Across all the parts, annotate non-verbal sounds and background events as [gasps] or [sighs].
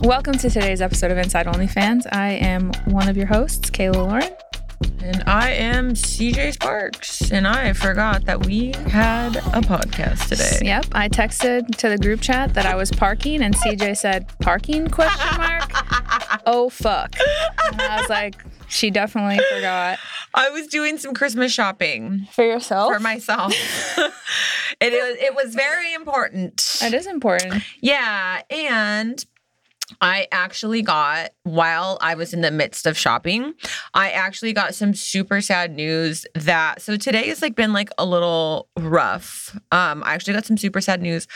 Welcome to today's episode of Inside OnlyFans. I am one of your hosts, Kayla Lauren. And I am CJ Sparks, and I forgot that we had a podcast today. Yep, I texted to the group chat that I was parking, and CJ said, "Parking?" Question [laughs] mark. Oh fuck! And I was like, she definitely forgot I was doing some Christmas shopping for yourself. for myself. [laughs] it, was, it was very important. that is important. Yeah, and I actually got while I was in the midst of shopping, I actually got some super sad news that so today has like been like a little rough. Um I actually got some super sad news.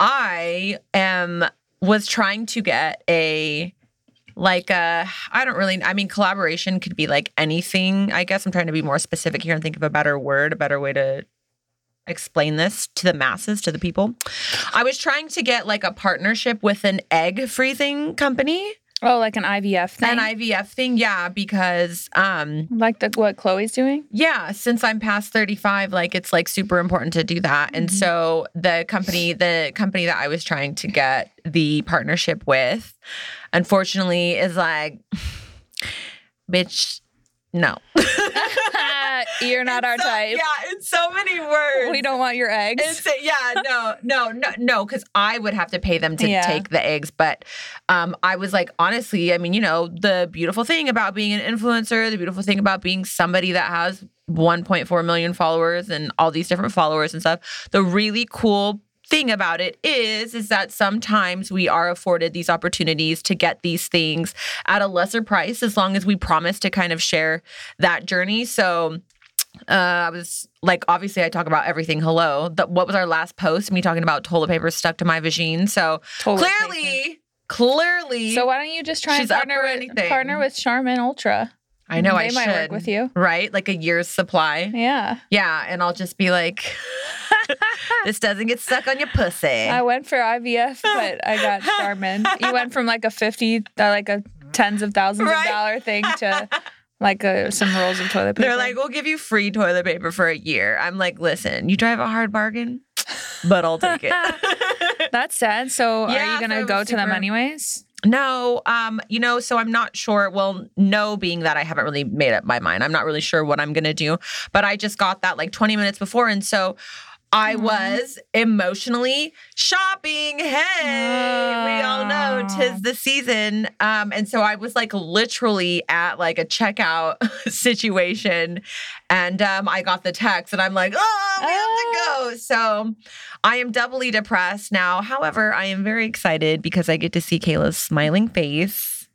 I am was trying to get a like a I don't really I mean collaboration could be like anything. I guess I'm trying to be more specific here and think of a better word, a better way to explain this to the masses, to the people. I was trying to get like a partnership with an egg freezing company, Oh, like an IVF thing. an IVF thing. Yeah, because um like the, what Chloe's [laughs] doing. yeah, since I'm past 35, like it's like super important to do that. And Mhm. so the company, the company that I was trying to get the partnership with, unfortunately is like bitch no. You're not In our so- type. Yeah, in so many words. We don't want your eggs. It's, yeah, no, no, no, no, because I would have to pay them to Yeah. take the eggs. But um, I was like, honestly, I mean, you know, the beautiful thing about being an influencer, the beautiful thing about being somebody that has 1.4 million followers and all these different followers and stuff, the really cool thing about it is is that sometimes we are afforded these opportunities to get these things at a lesser price as long as we promise to kind of share that journey so uh, I was like, obviously, I talk about everything. Hello, the, what was our last post? Me talking about toilet paper stuck to my vagine. So Totally clearly, taken. clearly, So why don't you just try and She's up partner for with, anything. partner with Charmin Ultra? I know they I should might work with you. right, like a year's supply. Yeah. Yeah, and I'll just be like, [laughs] this doesn't get stuck on your pussy. I went for [laughs] IVF, but I got Charmin. You went from like a fifty, uh, like a tens of thousands Right. of dollar thing to like a, some rolls of toilet paper. They're like, we'll give you free toilet paper for a year. I'm like, listen, you drive a hard bargain, but I'll take [laughs] it. that's sad. So are Yeah, you so gonna it go was to them super- anyways? No, um, you know, so I'm not sure. Well, no, being that I haven't really made up my mind, I'm not really sure what I'm gonna do. But I just got that like 20 minutes before, and so I Aw. was emotionally shopping. Hey, we all know Ah. tis the season, um, and so I was like literally at like a checkout [laughs] situation, and um, I got the text, and I'm like, oh, we have to go. So I am doubly depressed now. However, I am very excited because I get to see Kayla's smiling face.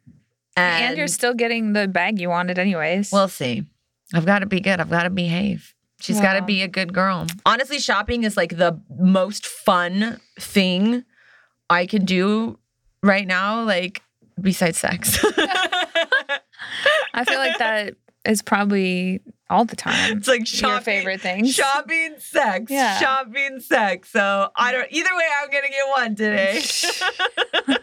And, And, you're still getting the bag you wanted anyways. we'll see. I've got to be good. I've got to behave. She's got to Wow. be a good girl. Honestly, shopping is like the most fun thing I can do right now, like besides sex. [laughs] I feel like that is probably all the time. it's like Your shopping. favorite things. Shopping sex. Yeah. Shopping sex. So I don't either way I'm gonna get one today.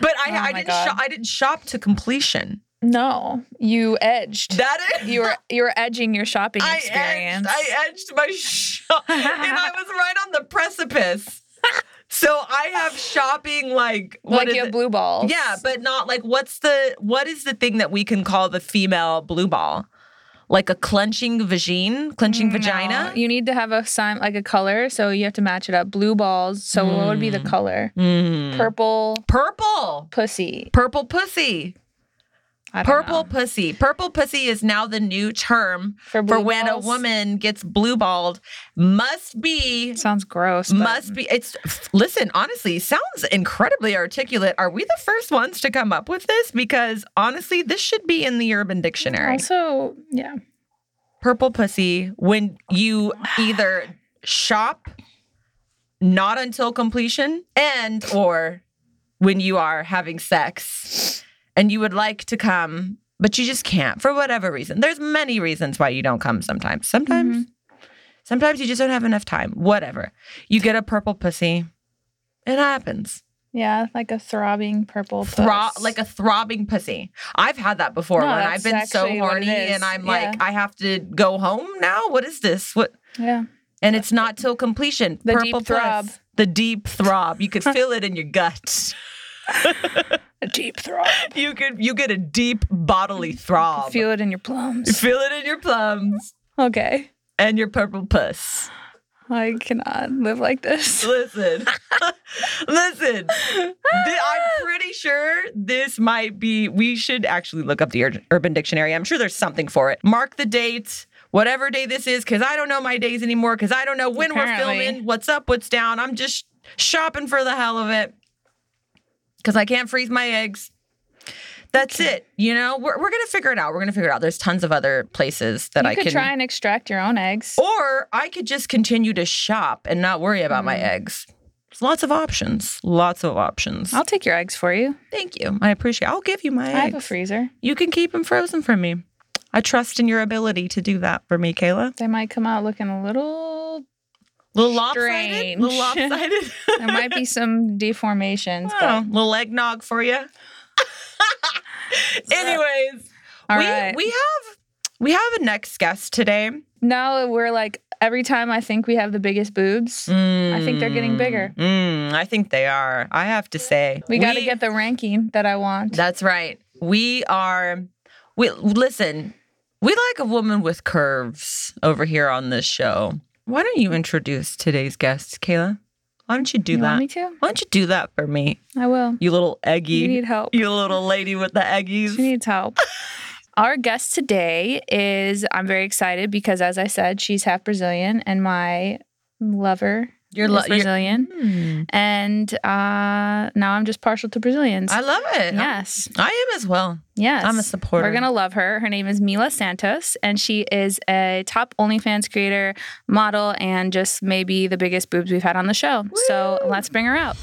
But I, Oh my I didn't God. shop I didn't shop to completion. [laughs] no, you edged. That is you were you were edging your shopping I experience. Edged, I edged my shop and I was right on the precipice. So I have shopping like what like is you have it? blue balls. Yeah, but not like what's the what is the thing that we can call the female blue ball? Like a clenching vagine, clenching No, vagina? You need to have a sign like a color, so you have to match it up. Blue balls. So what would be the Mm. color? Mm. Purple purple. pussy. Purple pussy. I don't Purple know. pussy. Purple pussy is now the new term for blue when balls? a woman gets blue balled. Must be sounds gross. but- must be it's listen honestly sounds incredibly articulate are we the first ones to come up with this because honestly this should be in the urban dictionary Mm. also yeah. purple pussy when you either shop not until completion and or when you are having sex and you would like to come but you just can't for whatever reason there's many reasons why you don't come sometimes sometimes sometimes you just don't have enough time whatever you get a purple pussy it happens Yeah, like a throbbing purple. Thro- puss. like a throbbing pussy i've had that before No, when that's i've been so actually what it horny is. and i'm Yeah. like i have to go home now what is this what yeah. and it's not till completion. The Uh, deep throb. [laughs] puss. The deep throb. You could feel it in your gut. A deep throb. You could you get a deep bodily throb. Feel it in your plums. Feel it in your plums Okay. and your purple puss. I cannot live like this. [laughs] Listen, listen. Th- I'm pretty sure this might be. We should actually look up the Ur- Urban Dictionary. I'm sure there's something for it. Mark the date, whatever day this is, because I don't know my days anymore. Because I don't know when Apparently. we're filming, what's up, what's down. I'm just shopping for the hell of it. Because I can't freeze my eggs. That's it. You know, we're, we're gonna figure it out. We're gonna figure it out. There's tons of other places that you I Oh. could can try and extract your own eggs. or I could just continue to shop and not worry about my eggs. There's lots of options. Lots of options. I'll take your eggs for you. Oh, Thank you. I appreciate I'll give you my I have a eggs. freezer. you can keep them frozen for me. I trust in your ability to do that for me, Kayla. They might come out looking a little. Little lopsided. Little Strange. [laughs] lopsided. There might be some deformations, Oh, but little eggnog for you. [laughs] Anyways, all we, right. we have we have a next guest today. now we're like every time I think we have the biggest boobs, I think they're getting Mm, bigger. mm, I think they are. I have to say, we got to get the ranking that I want. That's right. We are we listen, we like a woman with curves over here on this show. Why don't you introduce today's guest, Kayla? Why don't you do you that? want me to? Why don't you do that for me? I will. You little eggy. You You, need help. little lady with the eggies. She needs [laughs] help. Our guest today is, I'm very excited because, as I said, she's half Brazilian and my lover You're is lo- you're- Brazilian. Hmm. And uh, now I'm just partial to Brazilians. I love it. yes. I am as well. Yes. I'm a supporter. We're going to love her. Her name is Mila Santos, and she is a top OnlyFans creator, model, and just maybe the biggest boobs we've had on the show. So let's bring her out.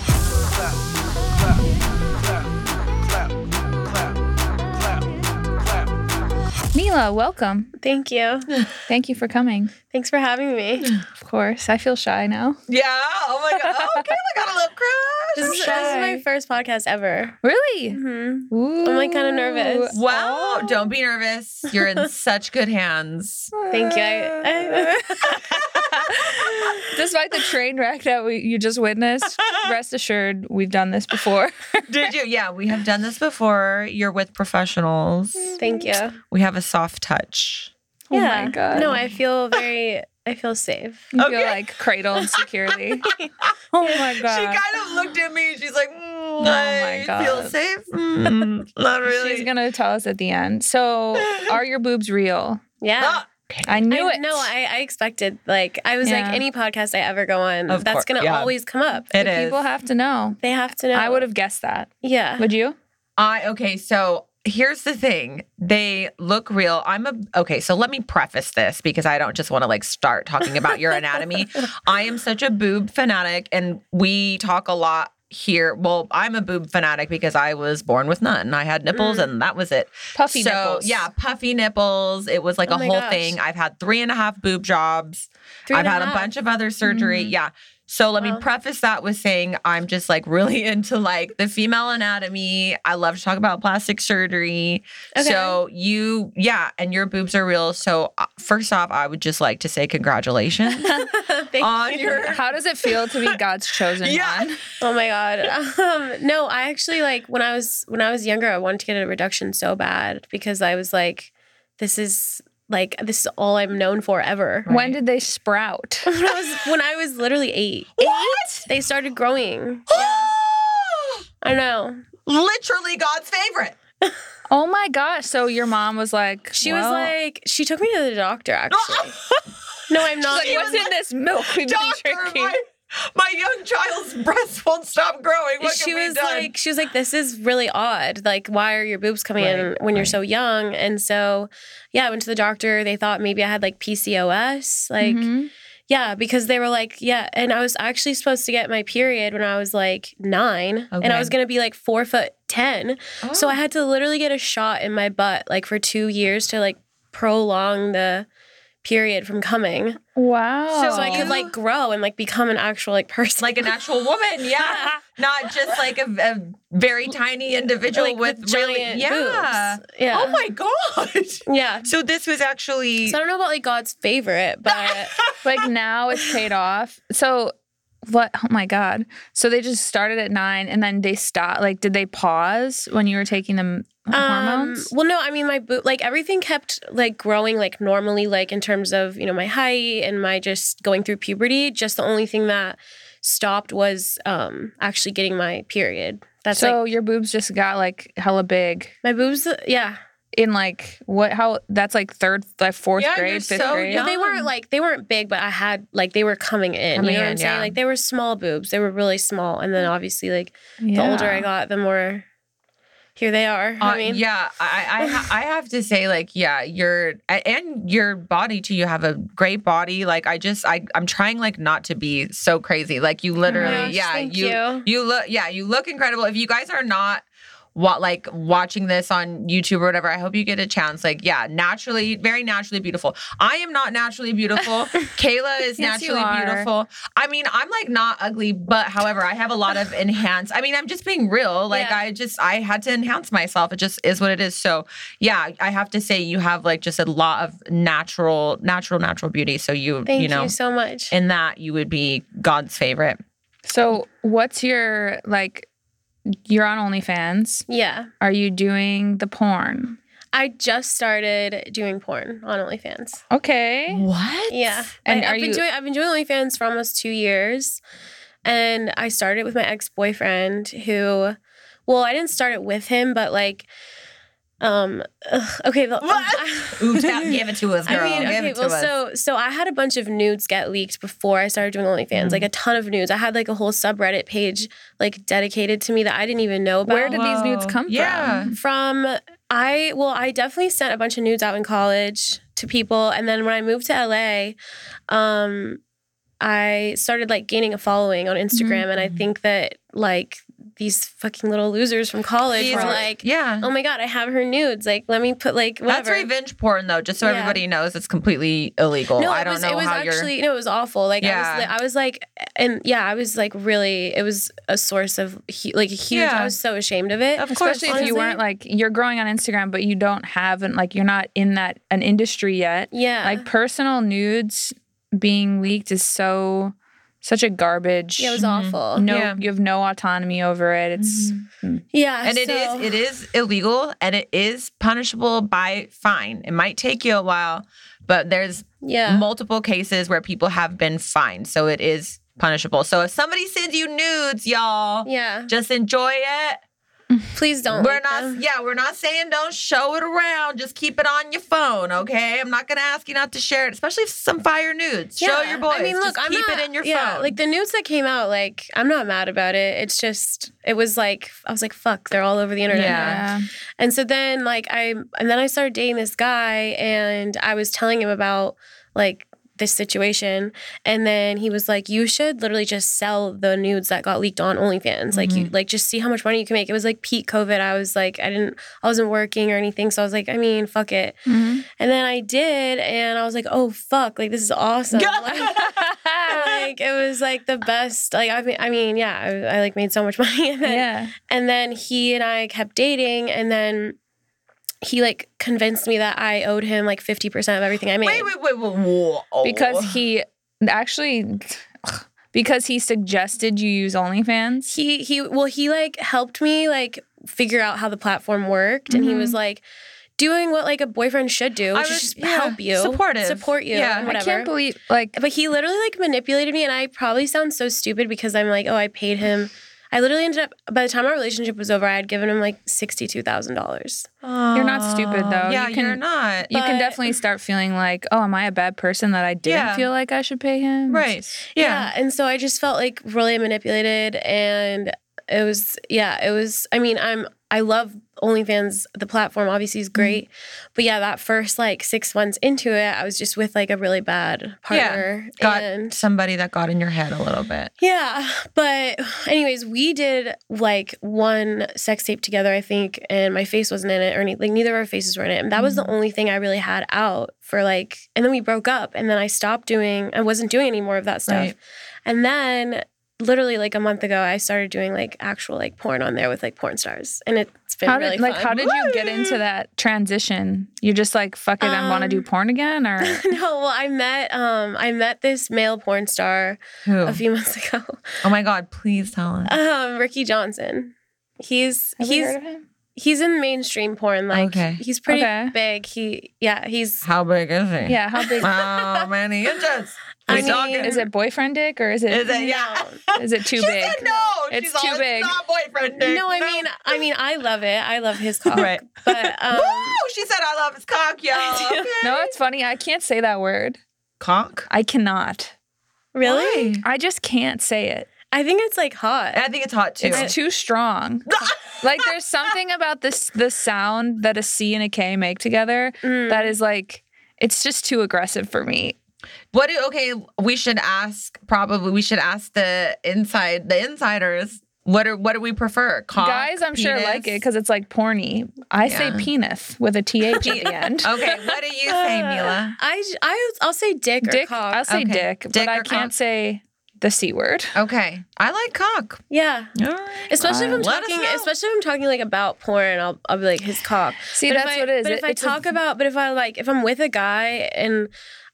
Mila, welcome. Thank you. Thank you for coming. Thanks for [laughs] having me. Of course. I feel shy now. Yeah. Oh my god. Oh, Kayla got a little [laughs] crush. This is, this is shy. my first podcast ever. Really? Oh. hmm Ooh. I'm, like, kinda nervous. Wow. Don't be nervous. You're [laughs] in such good hands. Thank you. I, [laughs] Despite the train wreck that we, you just witnessed, rest assured we've done this before. Did you? Yeah, we have done this before. You're with professionals. thank you. We have a soft touch. Oh my god. No, I feel very. I feel safe. you feel Okay. like [laughs] cradled securely. [laughs] oh my She god. kind of looked at me. She's like, mm, Oh my I God. feel safe. Mm, [laughs] not really. She's gonna tell us at the end. [laughs] So, are your boobs real? Yeah. Ah, I knew I, it. No, I, I expected like I was Yeah. like any podcast I ever go on, Of that's course, gonna yeah. always come up. it The is. People have to know. They have to know. I would have guessed that. Yeah. Would [sighs] you? I okay, so here's the thing. They look real. I'm a okay, so let me preface this because I don't just want to like start talking about your [laughs] anatomy. I am such a boob fanatic and we talk a lot here. Well, I'm a boob fanatic because I was born with none. I had nipples Mm. and that was it. Puffy so, nipples. Yeah, puffy nipples. It was like Oh a my whole gosh. thing. I've had three and a half boob jobs. Three I've and had a half. Mm-hmm. bunch of other surgery. Yeah. So let Wow. me preface that with saying I'm just like really [laughs] into like the female anatomy. I love to talk about plastic surgery. Okay. So you, yeah, and your boobs are real. So uh, first off, I would just like to say [laughs] congratulations Thank on you. your. How does it feel to [laughs] be God's chosen Yeah. one? Oh my god. [laughs] Um, no, I actually like when I was when I was younger, I wanted to get a reduction so bad because I was like, this is like this is all I'm known for ever. [laughs] When did they sprout? When I was when I was literally eight, What? they started growing. I know. [gasps] Literally God's [laughs] favorite. Oh my gosh. So your mom was like, She was "Well, like, she took me to [laughs] the doctor actually. no, I'm not. Like, what's in this milk we've been Doctor, drinking? my, my young child's [laughs] breasts won't stop growing. What she can be was done? like, she was like, this is really odd. Like, why are your boobs coming in Right, when you're right. so young? And so, yeah, I went to the doctor. They thought maybe I had like PCOS. Like, Mm-hmm. Mhm. Yeah, because they were like, yeah, and I was actually supposed to get my period when I was like nine, and Okay. Oh. I was gonna be like four foot ten, so I had to literally get a shot in my butt like for two years to like prolong the period from coming, wow. So so I Oh. could like grow and like become an actual like person, like an actual [laughs] woman, yeah, not just like a, a very tiny individual [laughs] Like, with, really, giant yeah. boobs. yeah, Oh my gosh! yeah. [laughs] So this was actually [laughs] So I don't know about like God's favorite, but like now it's paid off. So what? Oh my god! So they just started at nine, and then they stopped. Like, did they pause when you were taking them hormones? Um, well, no, I mean my boot, like everything kept like growing like normally, like in terms of you know my height and my just going through puberty. Just the only thing that stopped was um actually getting my period. That's so like your boobs just got like hella big my boobs. uh, Yeah, in like what? How? That's like third, like fourth Yeah, grade, you're fifth so grade. But they Yum. weren't like they weren't big, but I had like they were coming in. Coming you know what in, I'm saying? yeah. Like they were small boobs. They were really small, and then obviously like the older I got, the more here they are. Uh, I mean, yeah, I I, ha- I have to say, like, yeah, your a- and your body too. You have a great body. Like, I just I I'm trying like not to be so crazy. Like, you literally, gosh, yeah, thank you you. you look yeah you look incredible if you guys are not what like watching this on youtube or whatever i hope you get a chance like yeah naturally very naturally beautiful i am not naturally [laughs] beautiful kayla is Yes, you naturally are. beautiful i mean i'm like not ugly but however i have a lot of enhanced i mean i'm just being real like Yeah. i just i had to enhance myself it just is what it is so yeah i have to say you have like just a lot of natural natural natural beauty so you thank you know you so much. in that you would be god's favorite So what's your like? You're on OnlyFans. yeah, Are you doing the porn? I just started doing porn on OnlyFans. Okay. what Yeah, And I, are have been you- doing I've been doing OnlyFans for almost two years, and I started with my ex boyfriend who, well, I didn't start it with him, but like, um, ugh, okay, the, um, [laughs] What? Ooh, tell, give it to us, girl. I mean, give okay, it to well, us. so so I had a bunch of nudes get leaked before I started doing OnlyFans, Mm-hmm. like a ton of nudes. I had like a whole subreddit page like dedicated to me that I didn't even know about. Where did these nudes Whoa. come Yeah. from? from I well, I definitely sent a bunch of nudes out in college to people, and then when I moved to LA, um, I started like gaining a following on Instagram, and I Mm-hmm. think that like these fucking little losers from college He's were like- like, yeah. "Oh my god, I have her nudes! Like, let me put like whatever." That's revenge porn, though, just so Yeah. everybody knows it's completely illegal. No, I it don't was, know it was how actually no, it was awful. Like Yeah. I was, li- I was like, and yeah, I was like really. It was a source of hu- like a huge. Yeah. I was so ashamed of it. you're. Of course, Especially if you honestly- weren't like you're growing on Instagram, but you don't have and like you're not in that an industry yet. yeah, Like personal nudes being leaked is so such a garbage. yeah, Mm-hmm. it was Mhm. awful. no, Yeah. you have no autonomy over it. It's Yeah, and it is it is illegal and it is punishable by fine. It might take you a while, but there's yeah. multiple cases where people have been fined, so it is punishable. So if somebody sends you nudes, y'all, yeah, just enjoy it. please don't. We're leak not, them. yeah, we're not saying don't show it around. Just keep it on your phone, okay? I'm not gonna ask you not to share it, especially if it's some fire nudes. show Yeah. your boys. I mean, look, just I'm keep not, it in your yeah, phone. Like the nudes that came out, like I'm not mad about it. It's just it was like I was like, fuck, they're all over the internet. Yeah. now. yeah. And so then like I and then I started dating this guy and I was telling him about like this situation and then he was like you should literally just sell the nudes that got leaked on OnlyFans like Mm-hmm. you like just see how much money you can make it was like peak covid I was like I didn't I wasn't working or anything so I was like I mean fuck it [laughs] Mhm. and then I did and I was like oh fuck like this is [laughs] awesome like, like, it was like the best like I mean I mean yeah I, I like made so much [laughs] money and then yeah. and then he and I kept dating, and then he like convinced me that I owed him like fifty percent of everything I made. wait, wait, wait, wait, whoa. Because he actually because he suggested you use OnlyFans. He he well he like helped me like figure out how the platform worked, and he was like doing what like a boyfriend should do, Mm-hmm. I which was- is just yeah, help you, supportive. support you, Yeah. and I whatever. can't believe like but he literally like manipulated me, and I probably sound so stupid because I'm like, oh, I paid him. I literally ended up by the time our relationship was over, I had given him like sixty two thousand dollars. you're not stupid, though. Yeah, You you can- are not. you can but- definitely start feeling like, oh, am I a bad person that I didn't Yeah. feel like I should pay him? It's Right. just- Yeah. And so I just felt like really manipulated and it was yeah, it was I mean, I'm I love OnlyFans. The platform obviously is great. But yeah, that first like six months into it, I was just with like a really bad partner. Got and somebody that got in your head a little bit. yeah. But anyways, we did like one sex tape together, I think, and my face wasn't in it or anything. Neither of our faces were in it. And that was Mm-hmm. the only thing I really had out for like and then we broke up and then I stopped doing I wasn't doing any more of that stuff. Right. And then literally like a month ago, I started doing like actual like porn on there with like porn stars, and it's been how did really like fun. how did you get into that transition? You just like fuck it, I want to Um, do porn again, [laughs] or [laughs] no, well, I met um I met this male porn star Who? a few [laughs] months ago, oh my God, please tell [laughs] us. um Ricky Johnson. He's Have you he's heard of him? he's in mainstream porn. Like Okay. he's pretty Okay. big. He yeah he's How big is he? Yeah, how [laughs] big? How [laughs] many inches? I We mean, talking? Is it boyfriend dick or is it Is it? Yeah. no. is it too she big? said no. It's She's all, too big. It's not boyfriend dick. No, I mean, I mean, I love it. I love his cock, Right. but um, Woo! [laughs] She said I love his cock, y'all. do. Okay. No, it's funny. I can't say that word. cock. I cannot. really, Why? I just can't say it. I think it's like hot. I think it's hot too. It's too strong. like there's something about this the sound that a C and a K make together Mm. Mm-hmm. that is like it's just too aggressive for me. [laughs] What do okay? We should ask. Probably we should ask the inside the insiders. What are what do we prefer? Cock, Guys, I'm sure penis? like it because it's like porny. I Yeah. say penis with a th at the end. Okay, what do you [laughs] say, Mila? Uh, I, j- I will say dick, or dick. cock. I'll say Okay. dick, Dick but I or can't cock? say the c word. Okay, I like cock. yeah. All right. Especially if I'm Let us talking, know. especially if I'm talking like about porn, I'll, I'll be like his cock. See, But if that's I- what it is. But It- if I it's a- talk about, but if I like, if I'm with a guy and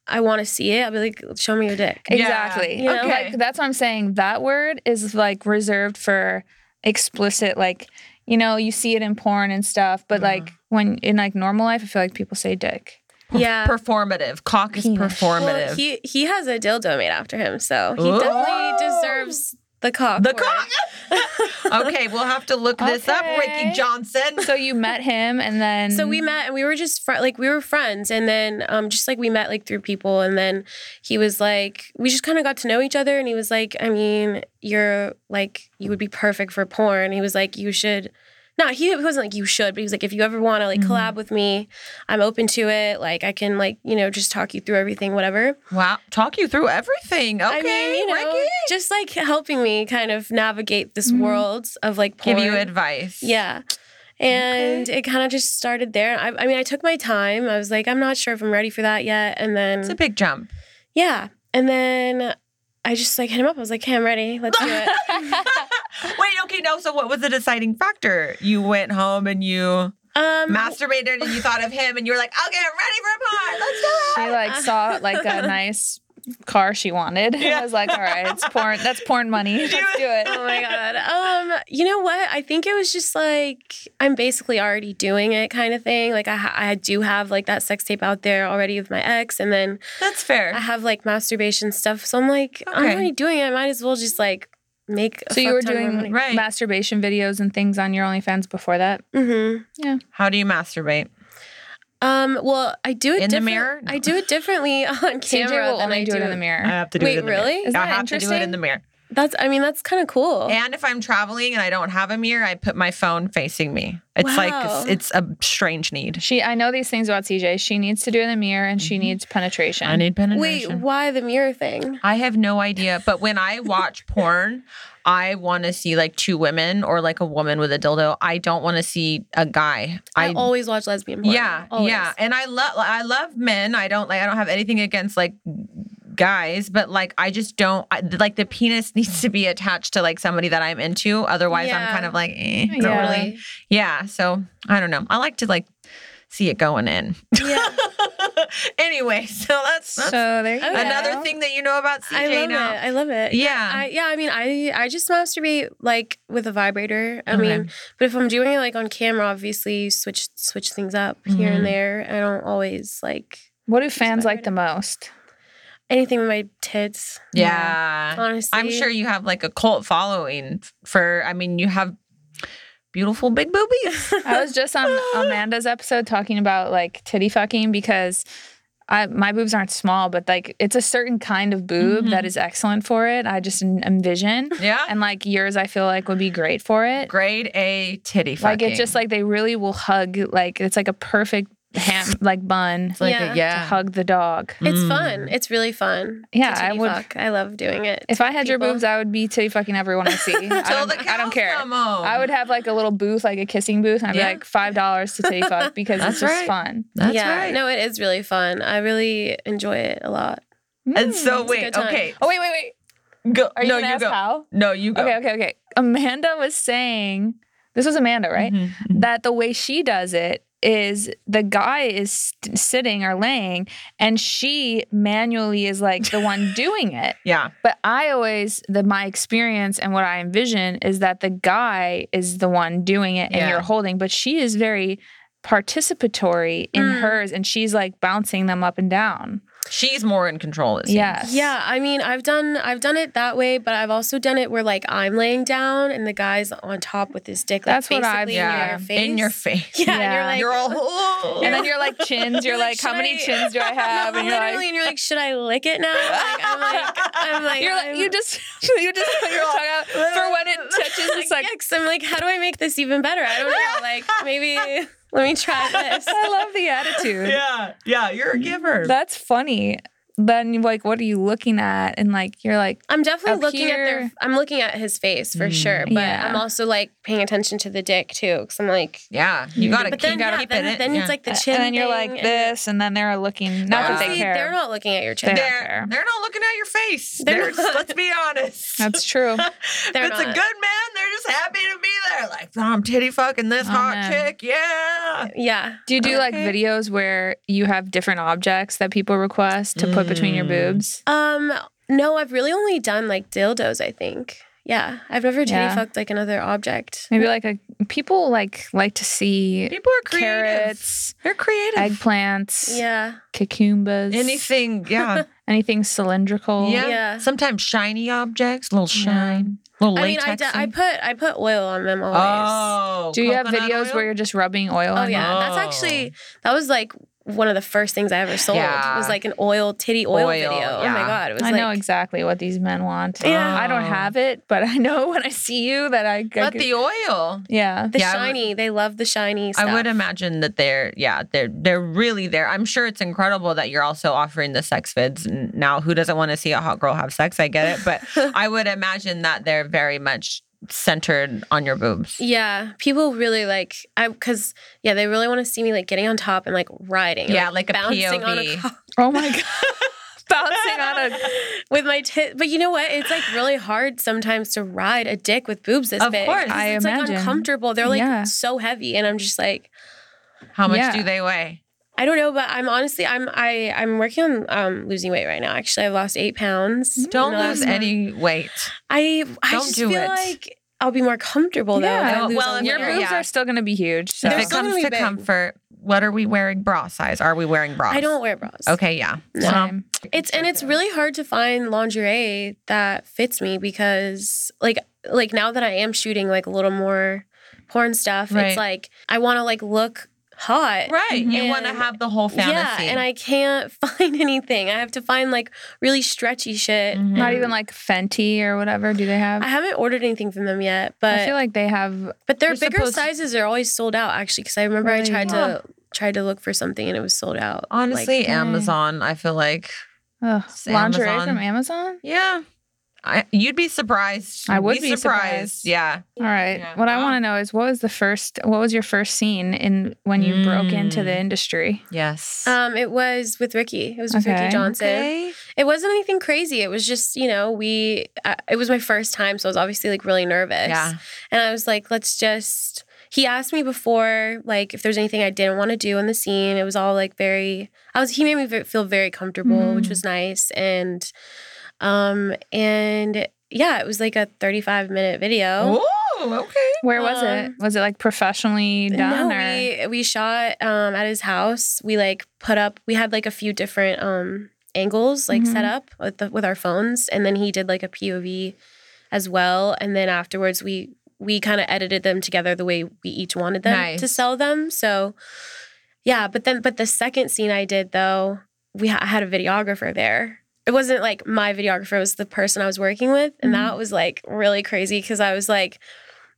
I want to see it, I'll be like, show me your dick. Yeah. Exactly. You know? Okay. Like that's what I'm saying. That word is like reserved for explicit like you know, you see it in porn and stuff, but like when in like normal life I feel like people say dick. Yeah. performative. Cock is Penis. performative. Well, he he has a dildo made after him, so he Ooh. definitely deserves the cock. the word. [laughs] cock. okay, we'll have to look this up, Ricky Okay. Johnson. So you [laughs] met him and then [laughs] So we met and we were just fr- like we were friends, and then um, just like we met like through people, and then he was like we just kind of got to know each other, and he was like, I mean, you're like you would be perfect for porn. He was like, you should. No, he wasn't like you should, but he was like, if you ever want to like collab Mm-hmm. with me, I'm open to it. Like I can like you know just talk you through everything, whatever. Wow, talk you through everything. Okay, I mean, you know, Ricky, just like helping me kind of navigate this world of like porn. Mm-hmm. give you advice. Yeah. And it kind of just started there. I, I mean, I took my time. I was like, I'm not sure if I'm ready for that yet. And it's a then, big jump. yeah. And then I just like hit him up. I was like, hey, I'm ready. Let's do [laughs] it. Wait, okay, no. So, what was the deciding factor? You went home and you Um, masturbated and you thought of him and you were like, okay, I'm ready for a pod. Let's do it. she like saw like a nice car she wanted. and Yeah. [laughs] I was like, all right, it's porn that's porn [laughs] money. Let's do [laughs] oh it. my God. Um, you know what? I think it was just like, I'm basically already doing it kind of thing. Like, I, ha- I do have like that sex tape out there already with my ex. And then That's I fair. have like masturbation stuff. So I'm like, I'm Okay. already doing it. I might as well just like make a So you fuck were ton more money. doing Right. masturbation videos and things on your OnlyFans before that? Mhm. How do you masturbate? Um, well, I do it In the different- mirror? I do it differently [laughs] on TJ camera will than I only do, do it in the I mirror. have to do Wait, it. in the really? mirror. Isn't I that have to do it in interesting? the mirror. That's I mean that's kind of cool. And if I'm traveling and I don't have a mirror, I put my phone facing me. It's Wow. like it's, it's a strange need. She, I know these things about CJ. She needs to do it in the mirror, and she needs penetration. Mm-hmm. I need Wait, penetration. why the mirror thing? I have no idea. But when I [laughs] watch porn, I want to see like two women or like a woman with a dildo. I don't want to see a guy. I, always watch lesbian porn. Yeah, Always. yeah, and I love I love men. I don't like I don't have anything against like guys, but like I just don't I, like the penis [laughs] needs to be attached to like somebody that I'm into. Otherwise, Yeah. I'm kind of like eh, not Yeah. really. Yeah, so I don't know. I like to like see it going in. [laughs] Yeah. [laughs] anyway, so that's, so that's there you Okay. go. another thing that you know about CJ I love now. it. I love it. Yeah. I, yeah, I mean, I I just masturbate like with a vibrator. I Okay. mean, but if I'm doing it like on camera, obviously you switch switch things up here Mhm. and there. I don't always like What do fans like the [laughs] most? anything with my tits. yeah. Honestly, I'm sure you have like a cult following for I mean, you have beautiful big [laughs] boobies. I was just on Amanda's episode talking about like titty fucking because I my boobs aren't small, but like it's a certain kind of boob Mhm. that is excellent for it. I just en- [laughs] envision, yeah. and like yours, I feel like would be great for it. grade A titty Like fucking. it's just like they really will hug. Like it's like a perfect ham like bun It's like Yeah. a, to yeah. hug the dog. It's Mm. fun. It's really fun. to Yeah, I titty would- Fuck. I love doing it. If I had your people. boobs, I would be titty fucking everyone I see. [laughs] I, Till don't, the I don't cows care. come home. I would have like a little booth, like a kissing booth, and I'd Yeah. be like five dollars to titty [laughs] fuck because That's it's just right. fun. That's yeah, right. no, it is really fun. I really enjoy it a lot. and so it's a wait, good time. okay. Mm. oh wait, wait, wait. Go. Are you no, gonna you ask go. how? No, you go. Okay, okay, okay. Amanda was saying this was Amanda, right? Mhm, mhm. That the way she does it is the guy is st- sitting or laying, and she manually is like the one doing it. Yeah. But I always the my experience and what I envision is that the guy is the one doing it and Yeah. you're holding, but she is very participatory in Mm. hers and she's like bouncing them up and down. She's more in control. It seems. Yes. Yeah, I mean, I've done I've done it that way, but I've also done it where like I'm laying down and the guy's on top with his dick. Like, That's what I've- basically Yeah. In your face. [laughs] In your face. Yeah, and Yeah. you're like, [laughs] You're all. "Oh." And then you're like chins, you're You're like, like, how should many I- chins do I have? [laughs] No, And you're literally, like, and you're like, should I lick it now? Like, I'm like, [laughs] I'm like, you're like I'm- you just you just put your tongue [laughs] out for when it touches it's like yeah, 'cause I'm like, how do I make this even better? I don't know. Like, [laughs] maybe [laughs] let me try this. I love the attitude. [laughs] yeah. Yeah. You're Mm-hmm. a giver. That's funny. Then like what are you looking at? And like you're like I'm definitely Up looking at here. their. I'm looking at his face for Mm. sure, but Yeah. I'm also like paying attention to the dick too, because I'm like, yeah. You gotta but keep, then, yeah, keep then, it. in. then yeah. it's like the Uh, chin, and then you're like thing, and- this, and then they're looking. Not that they Honestly, care. They're not looking at your chin. They They're, don't they're care. they're not looking at your face. They're They're, not. let's be honest. That's true. if it's a not. good man, they're just happy to be there. Like, oh, I'm titty fucking this Oh, hot man. chick. Yeah. Yeah. Do you do like Okay. videos where you have different objects that people request to put between your Mm. boobs? Um. No, I've really only done like dildos. I think. Yeah, I've never titty Yeah. fucked like another object. Maybe like a people like like to see People are creative. carrots, They're creative. [laughs] eggplants, Yeah. cucumbers, Anything. [laughs] Yeah. anything cylindrical. yeah. Yeah. Sometimes shiny objects, little Yeah. shine, little I mean, I, latex. de- I put I put oil on them always. oh. Do you have coconut videos oil? where you're just rubbing oil? Oh on yeah, Oh. that's actually that was like one of the first things I ever sold Yeah. was like an oil titty oil, Oil, video. Oh my yeah. god, it was I like know exactly what these men want. Yeah. I don't Oh. have it, but [laughs] I know when I see you that I. I But could- the oil. yeah. the Yeah, I would- shiny. they love the shiny stuff. I would imagine that they're yeah they're they're really there. I'm sure it's incredible that you're also offering the sex vids N- now. Who doesn't want to see a hot girl have sex? I get it, [laughs] but I would imagine that they're very much centered on your boobs. Yeah, people really like I because yeah, they really want to see me like getting on top and like riding. Yeah, like a bouncing on POV. a car [laughs] Oh [laughs] my god. [laughs] Bouncing on a with my tit. But you know what? It's like really hard sometimes to ride a dick with boobs this Of big. course. 'cause I it's imagine. like uncomfortable. They're like Yeah. so heavy, and I'm just like How much Yeah. do they weigh? I don't know. But I'm honestly I'm I I'm working on um losing weight right now. Actually, I've lost eight pounds. in Don't the last lose month. any weight. I I Mm. Don't just do feel it. like I'll be more comfortable though. if I Yeah. lose Well, all if the Your Yeah. weight. boobs Yeah. are still going to be huge. So. if They're it still gonna comes be to big. comfort, what are we wearing? Bra size? Are we wearing bras? I don't wear bras. Okay, yeah. Um, No. Well, Same. It's and it's really hard to find lingerie that fits me because like like now that I am shooting like a little more porn stuff, Right. it's like I want to like look hot. right. You Mhm. want to have the whole fantasy. Yeah, and I can't [laughs] find anything. I have to find like really stretchy shit. Mhm. Not even like Fenty or whatever. Do they have? I I, haven't ordered anything from them yet, but feel like they have. but their you're bigger supposed- sizes are always sold out actually because I remember I Really? tried to tried to look for something and it was sold out. Like, honestly Like, Amazon. I feel like Ugh, It's lingerie Amazon. from Amazon. Yeah. I, you'd be surprised. I You'd would be surprised. Yeah. All right. Yeah. What I Oh. Wow. want to know is what was the first? What was your first scene in when you broke into Mm. the industry? Yes. um, it was with Ricky. It was with Okay. Ricky Johnson. It wasn't anything crazy. It was just, you know, we, uh, it was my first time. So I was obviously like really nervous. Yeah. And I was like, let's just, he asked me before, like, if there's anything I didn't want to do in the scene. It was all like very, I was, he made me ve- feel very comfortable, which Mm. was nice. And, um, and yeah, it was like a 35 minute video. Oh, okay. [laughs] Where was it? Um, Was it like professionally done? no, or? [laughs] we we shot um at his house. We like put up. We had like a few different um angles like set Mhm. up with the, with our phones, and then he did like a POV as well. And then afterwards, we we kind of edited them together the way we each wanted them to Nice. sell them. So yeah, but then but the second scene I did though, we ha- I had a videographer there. It wasn't like my videographer; it was the person I was working with, and Mhm. that was like really crazy because I was like,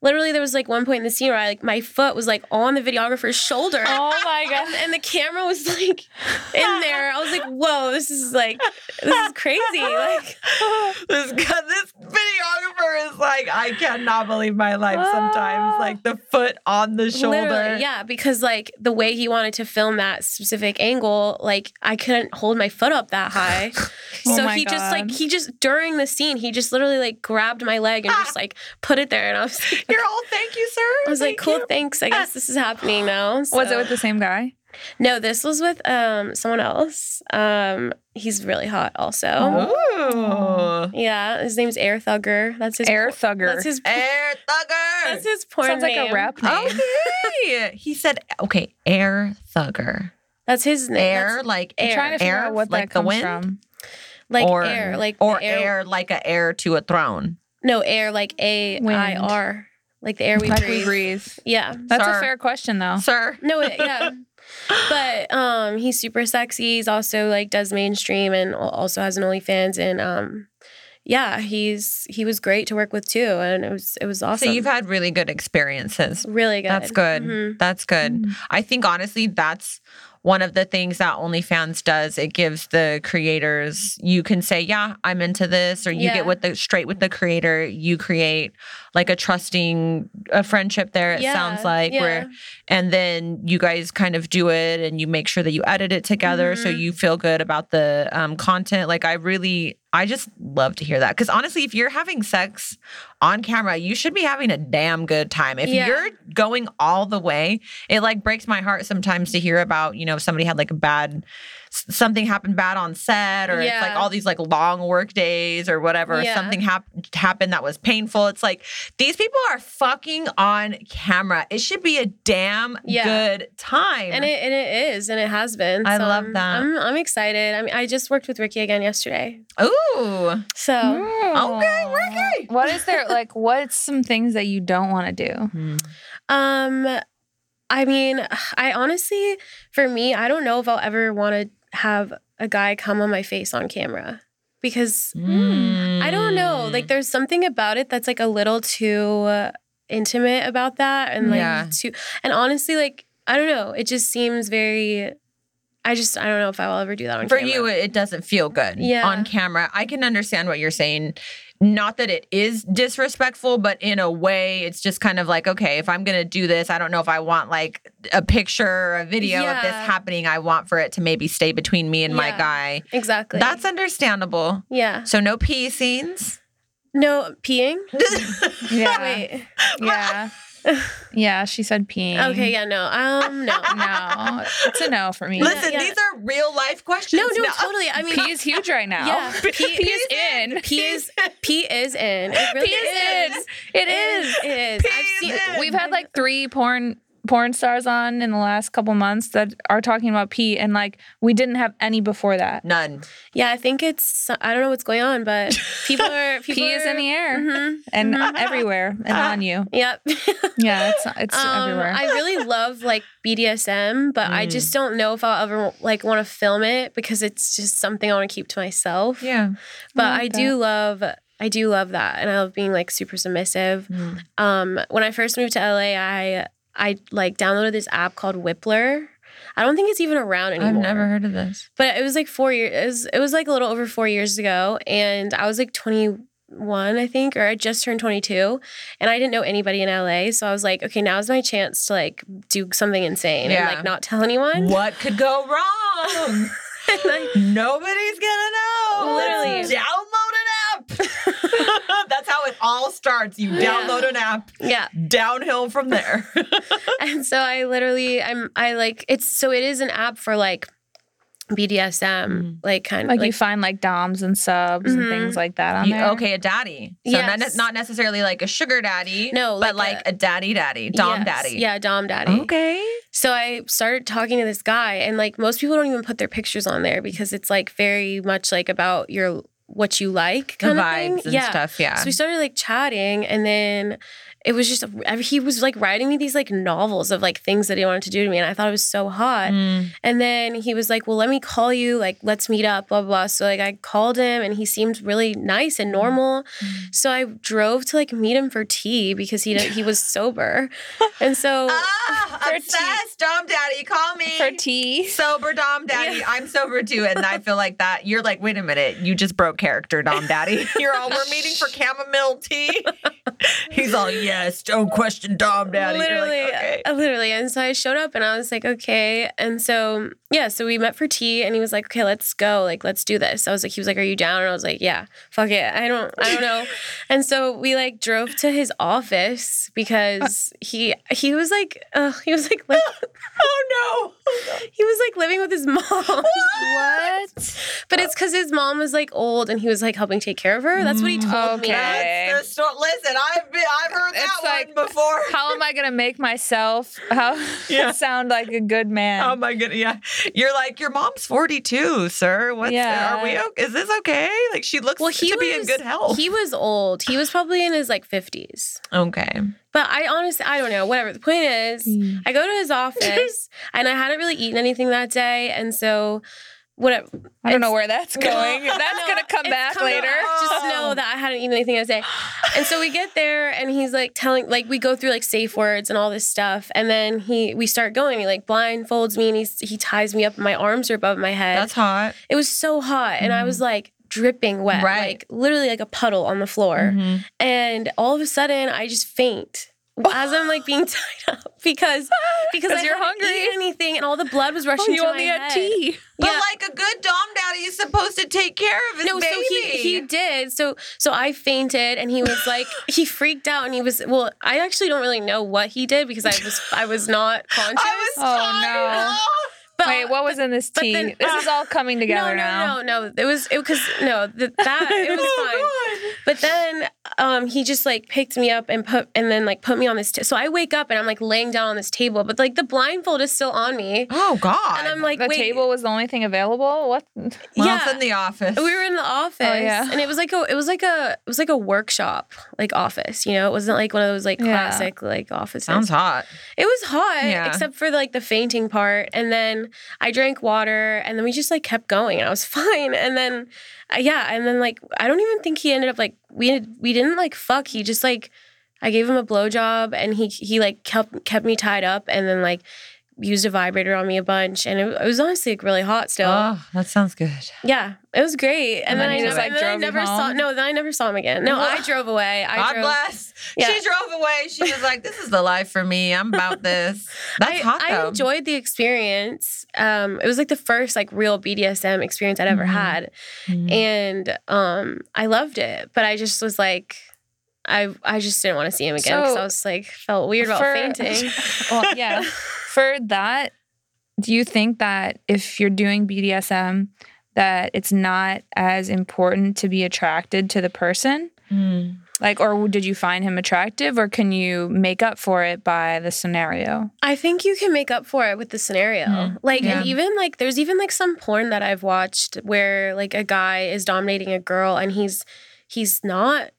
literally, there was like one point in the scene where I like my foot was like on the videographer's shoulder, Oh [laughs] my and, and the camera was like in there. I was like, [laughs] whoa, this is like this is crazy. Like this guy, this videographer Cooper is like, I cannot believe my life sometimes. Like the foot on the shoulder. Ah. [laughs] Literally, yeah, because like the way he wanted to film that specific angle, like I couldn't hold my foot up [laughs] that high. Oh so my he just like God. he just during the scene, he just literally like grabbed my leg and [laughs] just like put it there, and I was like, You're all thank you, sir. I was like, [laughs] Thank cool, you." thanks. I guess this is happening now. Was it So- with the same guy? No, this was with um someone else. Um, he's really hot also. Oh. Oh. Ooh. Yeah, his name's Air Thugger. That's his Air Thugger. That's his. Air thugger. That's his porn Sounds like name. Oh, a rap name. Okay. he said, okay, air thugger. That's his name. Air, That's- like I'm air. trying to figure Air, out what like that the comes wind? from. like or, air, like the or air. like a heir to a throne. No, air, like A I R, like the air we like breathe. we breathe. Yeah. That's Sir. a fair question though. Sir. No, it, yeah. but um, he's super sexy. He's also like does mainstream and al- also has an OnlyFans and um, yeah, he's he was great to work with too, and it was it was awesome. So you've had really good experiences. really good. That's good. Mhm. That's good. Mm. I think honestly, that's one of the things that OnlyFans does. It gives the creators, you can say, Yeah, I'm into this, or you Yeah. get with the straight with the creator, you create like a trusting a friendship there, it Yeah, sounds like, where and then you guys kind of do it and you make sure that you edit it together so Mhm. you feel good about the um, content. Like I really I just love to hear that. Cause honestly, if you're having sex on camera, you should be having a damn good time. If Yeah. you're going all the way, it like breaks my heart sometimes to hear about, you know, if somebody had like a bad s- something happened bad on set or it's like Yeah. all these like long work days or whatever, or Yeah. something hap- happened that was painful. It's like these people are fucking on camera. It should be a damn Yeah. good time. And it and it is, and it has been. I so love I'm- that. I'm I'm excited. I mean, I just worked with Ricky again yesterday, Ooh. so. Oh. Okay, Ooh. Ricky. What is there like? What's some things that you don't want to do? Hmm. Mm-hmm. Um, I mean, I honestly, for me, I don't know if I'll ever want to have a guy come on my face on camera because I don't Mm. know. Like, there's something about it that's like a little too uh, intimate about that, and like Yeah. too. And honestly, like I don't know. It just seems very. I just I don't know if I'll ever do that on for camera. you, it it doesn't feel good Yeah. on camera. I can understand what you're saying. Not that it is disrespectful, but in a way, it's just kind of like, okay, if I'm going to do this, I don't know if I want like a picture or a video of this Yeah. happening. I want for it to maybe stay between me and my Yeah. guy. exactly. That's understandable. yeah. So, no pee scenes. No peeing. Yeah, [laughs] Wait. [laughs] yeah, yeah. She said peeing. Okay. Yeah. No. Um. No. No, it's a no for me. Listen, yeah. these are real life questions. No. No. Totally. I mean, Pee is huge right now. Yeah. Pee, pee is in. P is P is in. It really Pee is in. is. It It is. is. It is. P I've is seen. in. We've had like three porn porn stars on in the last couple months that are talking about pee, and like we didn't have any before that. None. Yeah, I think it's. I don't know what's going on, but people are. People Pee is in the air Mhm. and Mhm. [laughs] everywhere and Ah. on you. Yep. Yeah, it's it's Um, everywhere. I really love like BDSM, but I Mm. just don't know if I'll ever like want to film it because it's just something I want to keep to myself. Yeah. But I I, like do love. I do love that, and I love being like super submissive. Hmm. um, when I first moved to LA, I I like downloaded this app called Whippler. I don't think it's even around anymore. I've never heard of this. But it was like four years. It was, it was like a little over four years ago, and I was like twenty one, I think, or I just turned twenty two, and I didn't know anybody in LA. So I was like, okay, now's my chance to like do something insane Yeah. and like not tell [laughs] anyone. What could go [laughs] wrong? Nobody's gonna know. Let's Literally. download an [laughs] app. That's how it all starts. You Yeah. download an app. yeah. Downhill from [laughs] there. and so I literally, I'm, I like it's so it is an app for like BDSM, Mm. like kind of like, you find like DOMs and subs and Mhm. things like that on You- there. okay, a daddy. So not, Yes. not necessarily like a sugar daddy. No, but like like a, daddy daddy, dom Yes. daddy. Yeah, Dom Daddy. Okay. So I started talking to this guy, and like most people don't even put their pictures on there because it's like very much like about your what you like The kind of vibes thing. and yeah. stuff. Yeah. So we started like chatting, and then it was just he was like writing me these like novels of like things that he wanted to do to me, and I thought it was so hot. Mm. And then he was like, "Well, let me call you. Like, let's meet up." Blah blah. blah. So like I called him, and he seemed really nice Mm. and normal. So I drove to like meet him for tea because he didn't, he was [laughs] sober, and so. Ah, For tea. obsessed dom daddy. Call me. For tea. sober dom daddy. I'm sober too. And I feel like that you're like, wait a minute, you just broke out character, Dom [laughs] Daddy. You're all, we're meeting for chamomile tea. He's all, yes, don't question Dom Daddy. You're like, Literally, okay. uh, literally. And so I showed up and I was like, okay. And so, yeah, so we met for tea and he was like, okay, let's go. Like, let's do this. I was like, he was like, are you down? And I was like, yeah, fuck it. I don't, I [laughs] don't know. and so we like drove to his office [laughs] because he, he was like, uh, he was like, li- Oh no. he was like living with his mom. What? But it's because his mom was like old and he was like helping take care of her. That's what he Mm. told me. Okay. That's the story. Listen, I've been, I've heard that It's one like- [laughs] before. How am I gonna make myself how Yeah. sound like a good man? Um, Oh my goodness! Yeah, you're like your mom's 42, sir. What's Yeah. Are we? o- Is this okay? Like she looks Well, he to was be in good health. He was old. He was probably in his like fifties. okay. But I honestly, I don't know. Whatever. The point is, Mm. I go to his [laughs] office and I hadn't really eaten anything that day, and so whatever. I don't it's- know where that's [laughs] going. [laughs] That's No, gonna come it's back coming later. up. Just know that I hadn't eaten anything that day. And so we get there and he's like telling like we go through like safe words and all this stuff. And then he we start going. He like blindfolds me and he's, he ties me up. My arms are above my head. That's hot. It was so hot, and I was like dripping wet, Right. like literally like a puddle on the floor. Mm-hmm. And all of a sudden, I just faint as I'm like being [laughs] tied up [laughs] because because 'Cause I you're hadn't hungry. Oh, eaten anything, and all the blood was rushing. you to only my had head. tea. But Yeah. like a good dom daddy is supposed to take care of his No, baby. so he he did. So so I fainted, and he was [laughs] like he freaked out, and he was well. I actually don't really know what he did because I was I was [laughs] not conscious. I was Oh, tired. [laughs] no. Oh. but Wait, what was in this but tea? then- uh, this is all coming together no, no, now. no, no. It was it because no th- that [laughs] it was Oh, fine. God. But then um, he just like picked me up and put and then like put me on this. ta- so I wake up and I'm like laying down on this table, but like the blindfold is still on me, Oh God. and I'm like, The wait, table was the only thing available. What? well, yeah. it's in the office. we were in the office, Oh, yeah. and it was like a it was like a it was like a workshop like office. You know, it wasn't like one of those like Yeah. classic like offices. Sounds hot. It was hot, Yeah. except for like the fainting part. And then I drank water, and then we just like kept going, and I was [laughs] fine. And then, uh, yeah, and then like I don't even think he ended up like we ended, we didn't like fuck. He just like I gave him a blowjob, and he he like kept kept me tied up, and then like used a vibrator on me a bunch, and it, it was honestly like really hot still. Oh, that sounds good. yeah, it was great. And, And then, then I he just, never, like, and then I drove you never saw home? no. Then I never saw him again. No, I drove away. I God drove. bless. Yeah. She drove away. She was like, "This is the life for me. I'm about [laughs] this." That's I, hot I though. enjoyed the experience. Um, it was like the first like real BDSM experience I'd ever Mhm. had, Mhm. and um, I loved it. But I just was like, I I just didn't want to see him again because So- I was like felt weird about For- fainting. well, yeah. For that, do you think that if you're doing BDSM, that it's not as important to be attracted to the person? Mm. Like, or did you find him attractive, or can you make up for it by the scenario? [laughs] I think you can make up for it with the scenario. Mhm. Like Yeah. and even like there's even like some porn that I've watched where like a guy is dominating a girl and he's he's not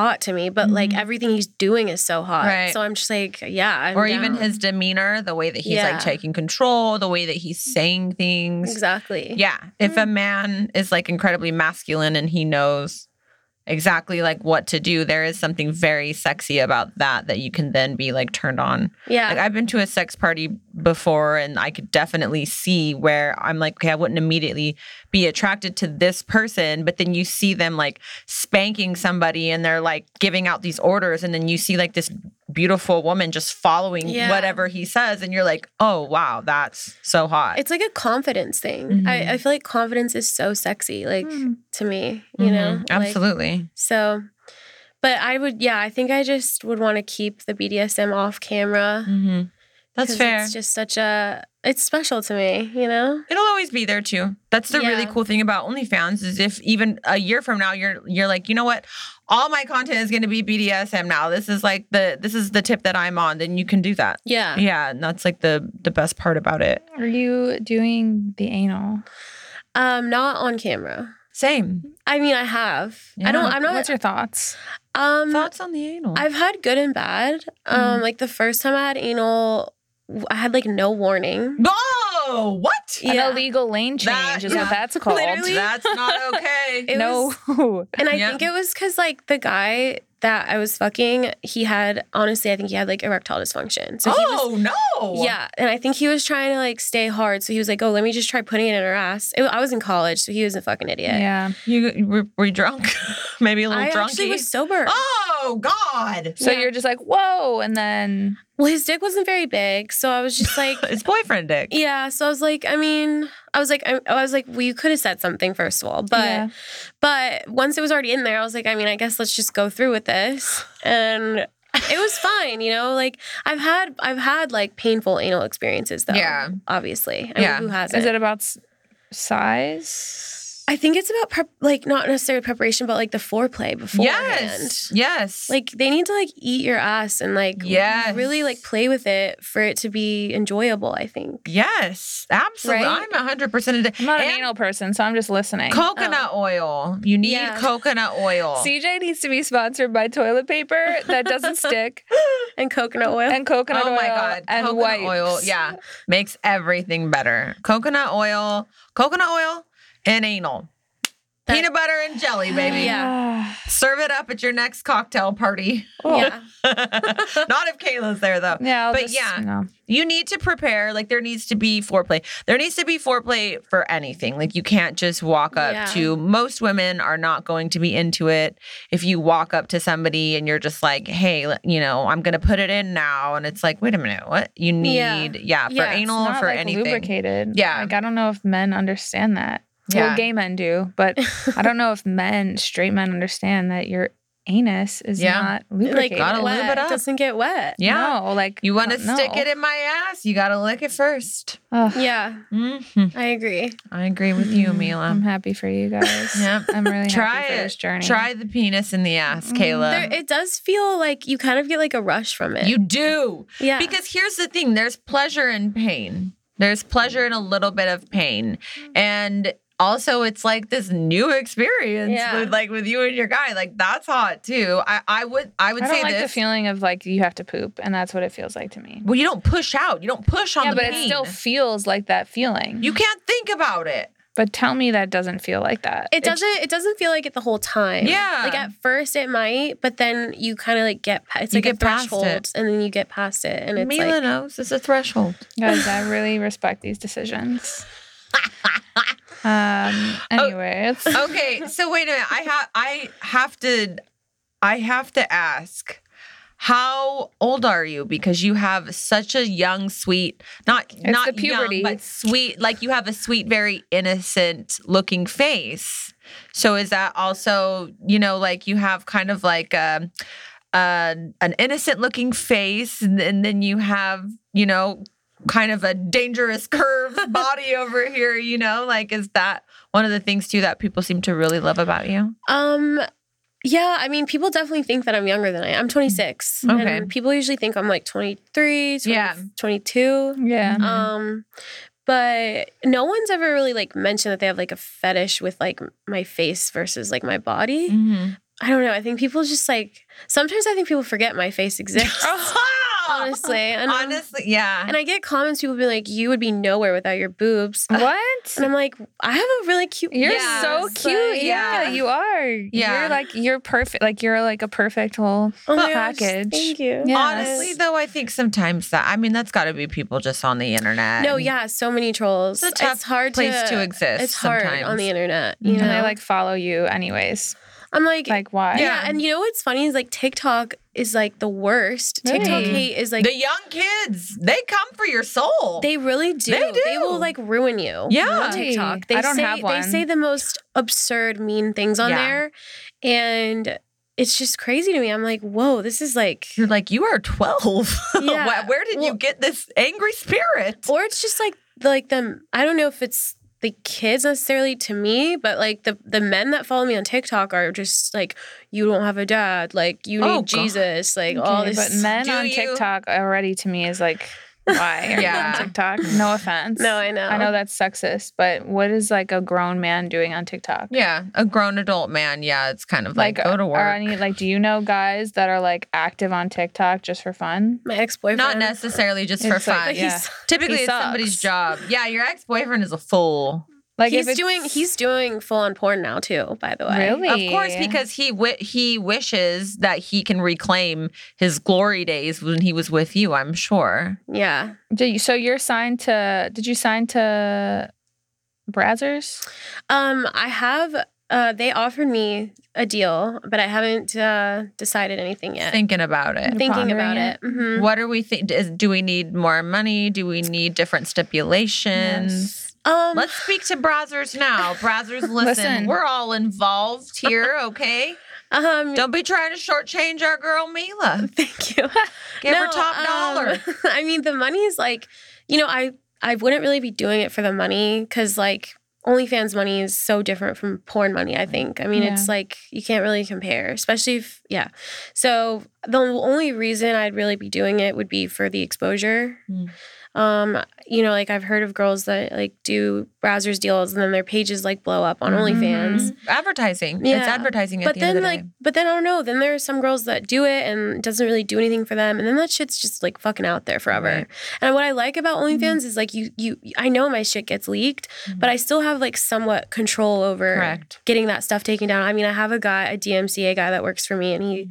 hot to me, but like Mhm. everything he's doing is so hot. Right. So I'm just like, yeah, I'm or even down. his demeanor, the way that he's Yeah. like taking control, the way that he's saying things. exactly. Yeah. If Mm. a man is like incredibly masculine and he knows exactly like what to do, there is something very sexy about that that you can then be like turned on. Yeah. Like I've been to a sex party before and I could definitely see where I'm like, okay, I wouldn't immediately be attracted to this person, but then you see them like spanking somebody and they're like giving out these orders and then you see like this beautiful woman just following Yeah. whatever he says and you're like, "Oh, wow, that's so hot." It's like a confidence thing. Mm-hmm. I, I feel like confidence is so sexy, like Hmm. Hmm. to me, you know? Mhm. Like, Absolutely. so, but I would, yeah, I think I just would want to keep the BDSM off camera. Mm-hmm. That's 'cause fair. It's just such a, it's special to me, you know? It'll always be there too. That's the really Yeah. cool thing about OnlyFans is if even a year from now you're you're like, you know what, all my content is going to be BDSM now. This is like the this is the tip that I'm on. Then you can do that. Yeah. Yeah, and that's like the the best part about it. Are you doing the anal? Um, not on camera. Same I mean, I have. I don't, Yeah. I'm not, What's your thoughts? um, thoughts Mm-hmm. on the anal. I've had good and bad. Um, Like the first time I had anal, I had like no warning. Whoa, what? Yeah. An illegal lane change That- is [laughs] yeah. what that's called. Literally. That's not okay. [laughs] It no. [laughs] was- And I Yeah. think it was because like the guy that I was fucking, he had honestly, I think he had like erectile dysfunction. So he was oh no. yeah, and I think he was trying to like stay hard. So he was like, "Oh, let me just try putting it in her ass." It, I was in college, so he was a fucking idiot. Yeah. You, you were, were you drunk? [laughs] Maybe a little I actually drunky. [laughs] was sober. oh God. So Yeah. you're just like, whoa, and then Well, his dick wasn't very big, so I was [laughs] just like, It's boyfriend dick. yeah. So I was like, I mean, I was like, I, I was like, well, you could have said something first of all, but Yeah. but once it was already in there, I was like, I mean, I guess let's just go through with this, and it was fine, you know. Like I've had I've had like painful anal experiences though. Yeah. obviously. I Yeah. mean, who has is it about s- size? I think it's about prep, like not necessarily preparation, but like the foreplay beforehand. Yes. Yes. Like they need to like eat your ass and like Yes. really like play with it for it to be enjoyable. I think. Yes, absolutely. Right? I'm 100% into I'm not an and anal person, so I'm just listening. coconut oil. You need Yeah. coconut oil. CJ needs to be sponsored by toilet paper that [laughs] doesn't stick And coconut oil. and coconut oh oil my god, and coconut wipes. oil. Yeah, makes everything better. Coconut oil, coconut oil, and anal. That- Peanut butter and jelly, [sighs] baby. Yeah. Serve it up at your next cocktail party. [laughs] Oh. Yeah. Not if Kayla's there though. Yeah, I'll But just, yeah. you know. You need to prepare. Like there needs to be foreplay. There needs to be foreplay for anything. Like you can't just walk up Yeah. to most women are not going to be into it. If you walk up to somebody and you're just like, "Hey, l- you know, I'm going to put it in now." And it's like, "Wait a minute. What? You Yeah. need yeah, for Yeah, it's anal It's or not, for like, anything." lubricated. Yeah. Like I don't know if men understand that. Yeah. Well, gay men do, but I [laughs] don't know if men, straight men, understand that your anus is Yeah. not like lubricated. Gotta lube wet. it up. doesn't get wet. Yeah. No, like You want to no. stick it in my ass? You got to lick it first. Ugh, Yeah, hmm I agree. I agree with you, mm, I'm Mila. happy for you guys. Yep. I'm really Try happy for it. this journey. Try the penis in the ass, Mm. Kayla. There, it does feel like you kind of get like a rush from it. Um, you do. yeah. Because here's the thing there's pleasure in pain. There's pleasure in a little bit of pain. Mm-hmm. And also it's like this new experience Yeah. with like with you and your guy. Like that's hot too. I, I would I would I say don't like this. the feeling of like you have to poop, and that's what it feels like to me. well, you don't push out. You don't push on Yeah, the but pain. it still feels like that feeling. you can't think about it. but tell me that doesn't feel like that. it doesn't. It doesn't feel like it the whole time. Yeah. Like at first it might, but then you kind of like get. pa- It's You like a get past it. threshold, and then you get past it, and it's Mila like knows it's a [laughs] threshold. Guys, I really respect these [laughs] decisions. Um. Oh. Anyways, okay, so wait a minute. I have I have to I have to ask how old are you because you have such a young sweet not not the puberty. young but sweet like you have a sweet very innocent looking face. So is that also, you know, like you have kind of like a, a an innocent looking face and, and then you have, you know, kind of a dangerous [laughs] curved [laughs] body over here, you know? Like, is that one of the things too that people seem to really love about you? Um, yeah, I mean, people definitely think that I'm younger than I am. I'm 26. Mm. Okay. And people usually think I'm like 23, 20, Yeah. 22. yeah. Mhm. Um, but no one's ever really like mentioned that they have like a fetish with like my face versus like my body. Mm-hmm. [laughs] [laughs] I don't know. I think people just like sometimes I think people forget my [laughs] face exists. honestly, and, um, honestly, yeah. and I get comments people be like, "You would be nowhere without your boobs," Uh. What? and I'm like, "I have a really cute." You're Yeah, so it's cute. like- yeah. yeah. you are. Yeah. You're like you're perfect. Like you're like a perfect whole. Oh my gosh, package. thank you. Yeah. Honestly, Yes. though, I think sometimes that I mean that's got to be people just on the internet. No, yeah, so many trolls. It's a tough hard place to, exist. It's hard sometimes. on the internet. You know, And I like follow you anyways. I'm like, Like why? yeah. yeah. And you know what's funny is like TikTok is like the worst. TikTok Really? hate is like the young kids. They come for your soul. they really do. They do. will like ruin you. Yeah. on TikTok. They Really? I don't say have one. they say the most absurd, mean things on Yeah. there, and it's just crazy to me. I'm like, whoa, this is [laughs] like. You're like you are twelve. [laughs] Yeah. Where- Where did Well- you get this angry spirit? or it's just like like them i don't know if it's the kids necessarily to me but like the the men that follow me on tiktok are just like you don't have a dad like you need Oh, God. jesus like Okay, all this but men Do on you- TikTok already to me is like why are Yeah. you on TikTok? No offense. no i know I know that's sexist, but what is like a grown man doing on TikTok? Yeah, a grown adult man. Yeah, it's kind of like, go to work. Are any like do you know guys that are like active on TikTok just for fun? my ex-boyfriend Not [laughs] necessarily just for It's like- fun. Yeah. he's Typically, He it's somebody's sucks. job. Yeah, your ex boyfriend is a fool. Like if he's it's- doing he's doing full on porn now too. By the way, Really? Of course, Hey. because he wi- he wishes that he can reclaim his glory days when he was with you. I'm sure. Yeah, Did you, so you're signed to? Did you sign to Brazzers? um, I have. Uh, they offered me a deal, but I haven't uh, decided anything yet. Thinking about it, You're Thinking pondering about it? it. Mhm. what are we think? is- Do we need more money? Do we need different stipulations? Yes. Um, Let's speak to Brazzers [laughs] now. Brazzers, listen, Listen. we're all involved here, okay? um, Don't be trying to shortchange our girl Mila. [laughs] thank you. Give her No, top um, dollar. [laughs] I mean, the money is like, you know, I I wouldn't really be doing it for the money because like OnlyFans money is so different from porn money. I think. I mean, it's like you can't really compare, especially if yeah. So the only reason I'd really be doing it would be for the exposure. Mm. Um, you know, like I've heard of girls that like do browsers deals and then their pages like blow up on OnlyFans. Mhm. Advertising. It's Yeah. advertising at But the then, end of the like, day. but then I don't know. Then there are some girls that do it and it doesn't really do anything for them, and then that shit's just like fucking out there forever. Right. Mm-hmm. And what I like about OnlyFans is like you, you, I know my shit gets leaked, but I still have like somewhat control over Correct. getting that stuff taken down. I mean, I have a guy, a DMCA guy that works for me, and Mm-hmm. he.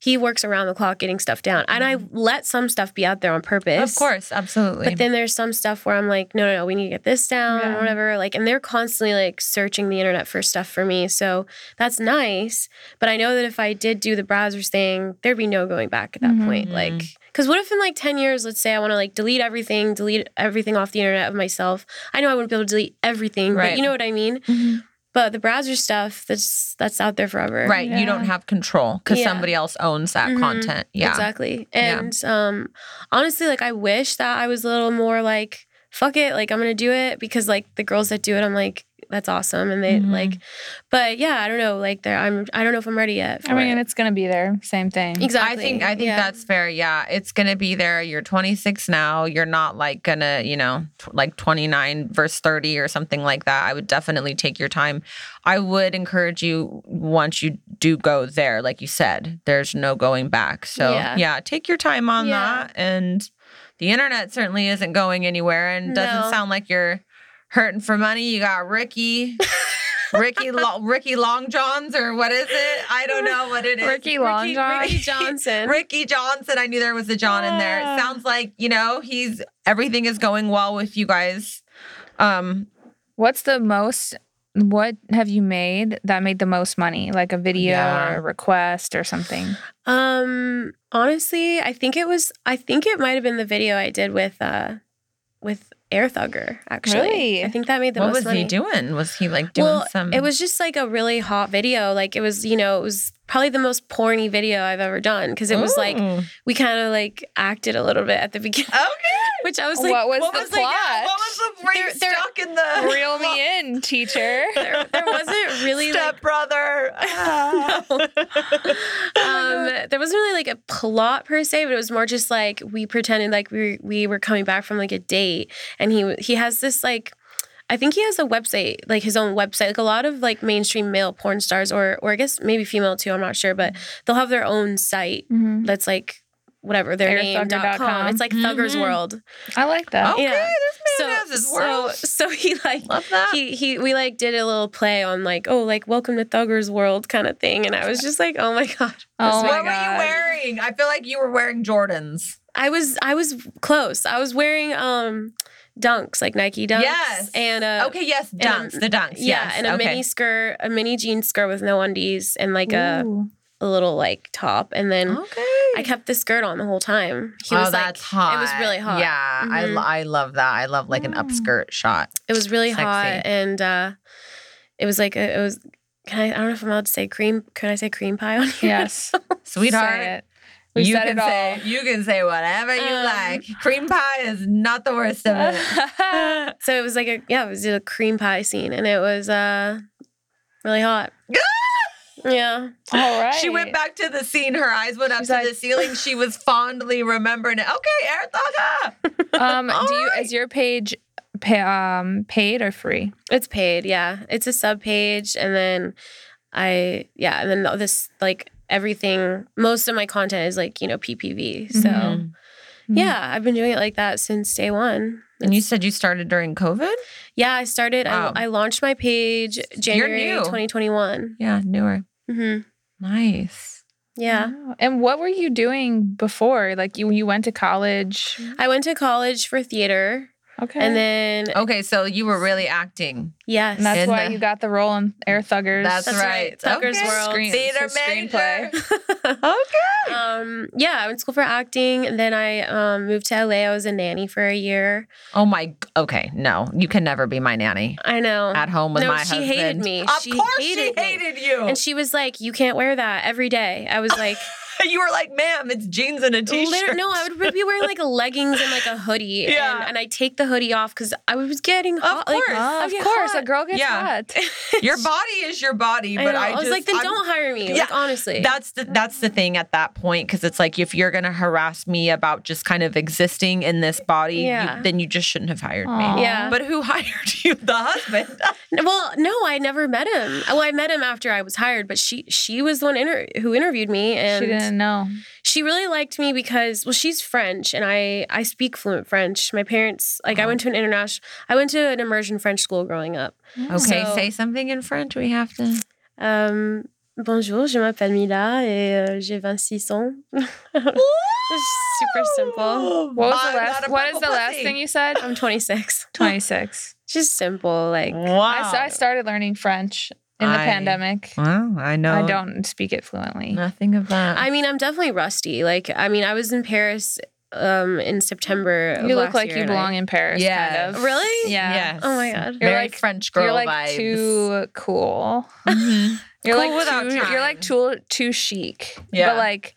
He works around the clock getting stuff down. And I let some stuff be out there on purpose. Of course, absolutely. But then there's some stuff where I'm like, no, no, no, we need to get this down, Yeah. or whatever. Like, and they're constantly like searching the internet for stuff for me. So that's nice. But I know that if I did do the browsers thing, there'd be no going back at that point. Mhm. Like, because what if in like 10 years, let's say I want to like delete everything, delete everything off the internet of myself? I know I wouldn't be able to delete everything, Right. but you know what I mean? Mm-hmm. Mhm. But the browser stuff, that's that's out there forever. right, you don't Yeah. have control because Yeah. somebody else owns that Mhm. content. Yeah. Exactly. Yeah. And um honestly, like I wish that I was a little more like, fuck it, like I'm gonna do it because like the girls that do it, I'm like, that's awesome. And they Mhm. like but yeah, I don't know, like there I'm I don't know if I'm ready yet. I for mean, and it. it's gonna be there. Same thing. exactly. I think I think Yeah. that's fair. Yeah, it's gonna be there. You're 26 now. You're not like gonna, you know, tw- like 29 verse 30 or something like that. I would definitely take your time. I would encourage you once you do go there, like you said, there's no going back. So yeah, Yeah. take your time on Yeah. that. And the internet certainly isn't going anywhere, and doesn't No. sound like you're hurting for money. You got [laughs] Ricky. Ricky, Lo- Ricky Long Johns, or what is it? I don't know what it is. Ricky Long Ricky- John. [laughs] Ricky Johnson. Ricky Johnson. I knew there was a John in there. Yeah. It sounds like, you know, he's everything is going well with you guys. Um What's the most? What have you made that made the most money? Like a video Yeah. or a request or something? Um honestly, I think it was I think it might have been the video I did with uh with Air Thugger, actually. Really? I think that made the what most was money. he doing? Was he like doing well, some It was just like a really hot video. Like it was, you know, it was probably the most porny video I've ever done because it was like Ooh. we kind of like acted a little bit at the [laughs] beginning, Okay. which I was like, what was What the was, the, plot? yeah, what was the were you They're- they're- stuck in the [laughs] Reel [laughs] me in, teacher. [laughs] there, there wasn't really like, step [laughs] brother? Ah. Oh um, there wasn't really like a plot per se, but it was more just like we pretended like we we were coming back from like a date, and he he has this like. I think he has a website, like his own website. Like a lot of like mainstream male porn stars, or or I guess maybe female too. I'm not sure, Mm. but they'll have their own site Mhm. that's like whatever their name dot Airthugger.com. com. It's like Thugger's Mhm. World. I like that. okay, yeah. this man So has his so world. so he like Love that. he he we like did a little play on like oh like welcome to Thugger's World kind of thing, and I was just like oh my [laughs] god. Oh what my were you God. wearing? I feel like you were wearing Jordans. I was I was close. I was wearing um dunks like Nike dunks. Yes. and uh, okay, yes, a- dunks, the dunks. Yeah, yes. and a okay. mini skirt, a mini jean skirt with no undies, and like a, Ooh. a little like top, and then Okay. I kept the skirt on the whole time. He oh, was that's like, hot. it was really hot. Yeah, I lo- Mhm. I, love that. I love like an Mm. upskirt shot. it was really Sexy. hot, and uh, it was like a, it was. Can I? I don't know if I'm allowed to say cream. Can I say cream pie on here? Yes, Say [laughs] Sweetheart, it. We you said can it all. say [laughs] you can say whatever you Um, like. Cream pie is not the worst of it. [laughs] So it was like a yeah, it was a cream pie scene, and it was uh, really [laughs] hot. yeah. all right. [laughs] She went back to the scene. Her eyes went up She's to like- the ceiling. She was fondly remembering it. Okay, Air Thugger. Um, All [laughs] do you right. is your page pay, um paid or free? It's paid, yeah. It's a sub page, and then I, yeah, and then Mm. Mm-hmm. this like everything. Most of my content is like you know PPV, so Mhm. Yeah, I've been doing it like that since day one. And you said you started during COVID? Yeah, I started. Wow. I, I launched my page January new. 2021. Yeah, newer. hmm Nice. Yeah. Mm-hmm. Wow. And what were you doing before? Like you you went to college. I went to college for theater Okay. and then, Okay, so you were really acting. yes. And that's In why the- you got the role in Air Thuggers. That's That's right. right. Tucker's Okay. World. Screen- Theater so screenplay. major. okay. Um, yeah, I went to school for acting. Then I um, moved to LA. I was a nanny for a year. Oh my. g- Okay, no, you can never be my nanny I know. at home with No, my she husband. hated me. Of She course, hated she me. hated you. and she was like, "You can't wear that every day." I was like, [laughs] you were like, "Ma'am, it's jeans and a [laughs] t-shirt." Liter- no, I would be wearing like leggings and like a hoodie. and- Yeah. And, I take the hoodie off because I was getting hot. like, course. Oh, I'd of get course, hot. a girl gets Yeah. hot. [laughs] Your body is your body, I, but know. I, I was just, like, [laughs] then I'm- don't hire me. Yeah. Like, honestly. That's the that's the thing at that point because it's like if you're gonna harass me about just kind of existing in this body, you- Yeah. then you just shouldn't have hired Aw. me. Yeah. But who [laughs] hired you? The [laughs] husband. N- well, no, I never met him. Well, I met him after I was hired, but she she was the one inter- who interviewed me, and she didn't know. she really liked me because well she's french and i i speak fluent french my parents like Uh-huh. i went to an international i went to an immersion french school growing up Okay, So- say something in French. We have to. um bonjour je m'appelle mila et euh, j'ai 26 ans It's super simple What was the last? What is the last thing you [laughs] said? i'm 26 Twenty six. [laughs] just simple like Wow. I, so I started learning French in the I- pandemic. Wow, I know. I don't speak it fluently. Nothing of that. i mean i'm definitely rusty like i mean i was in paris um in september of You look last like year you and I- belong in Paris. Yes. Kind of. really Yeah. Yes. Oh my God. You're Very like- French girl you're like vibes. too cool. Mhm. You're Cool like without too, trying. You're like too too chic. Yeah. But like,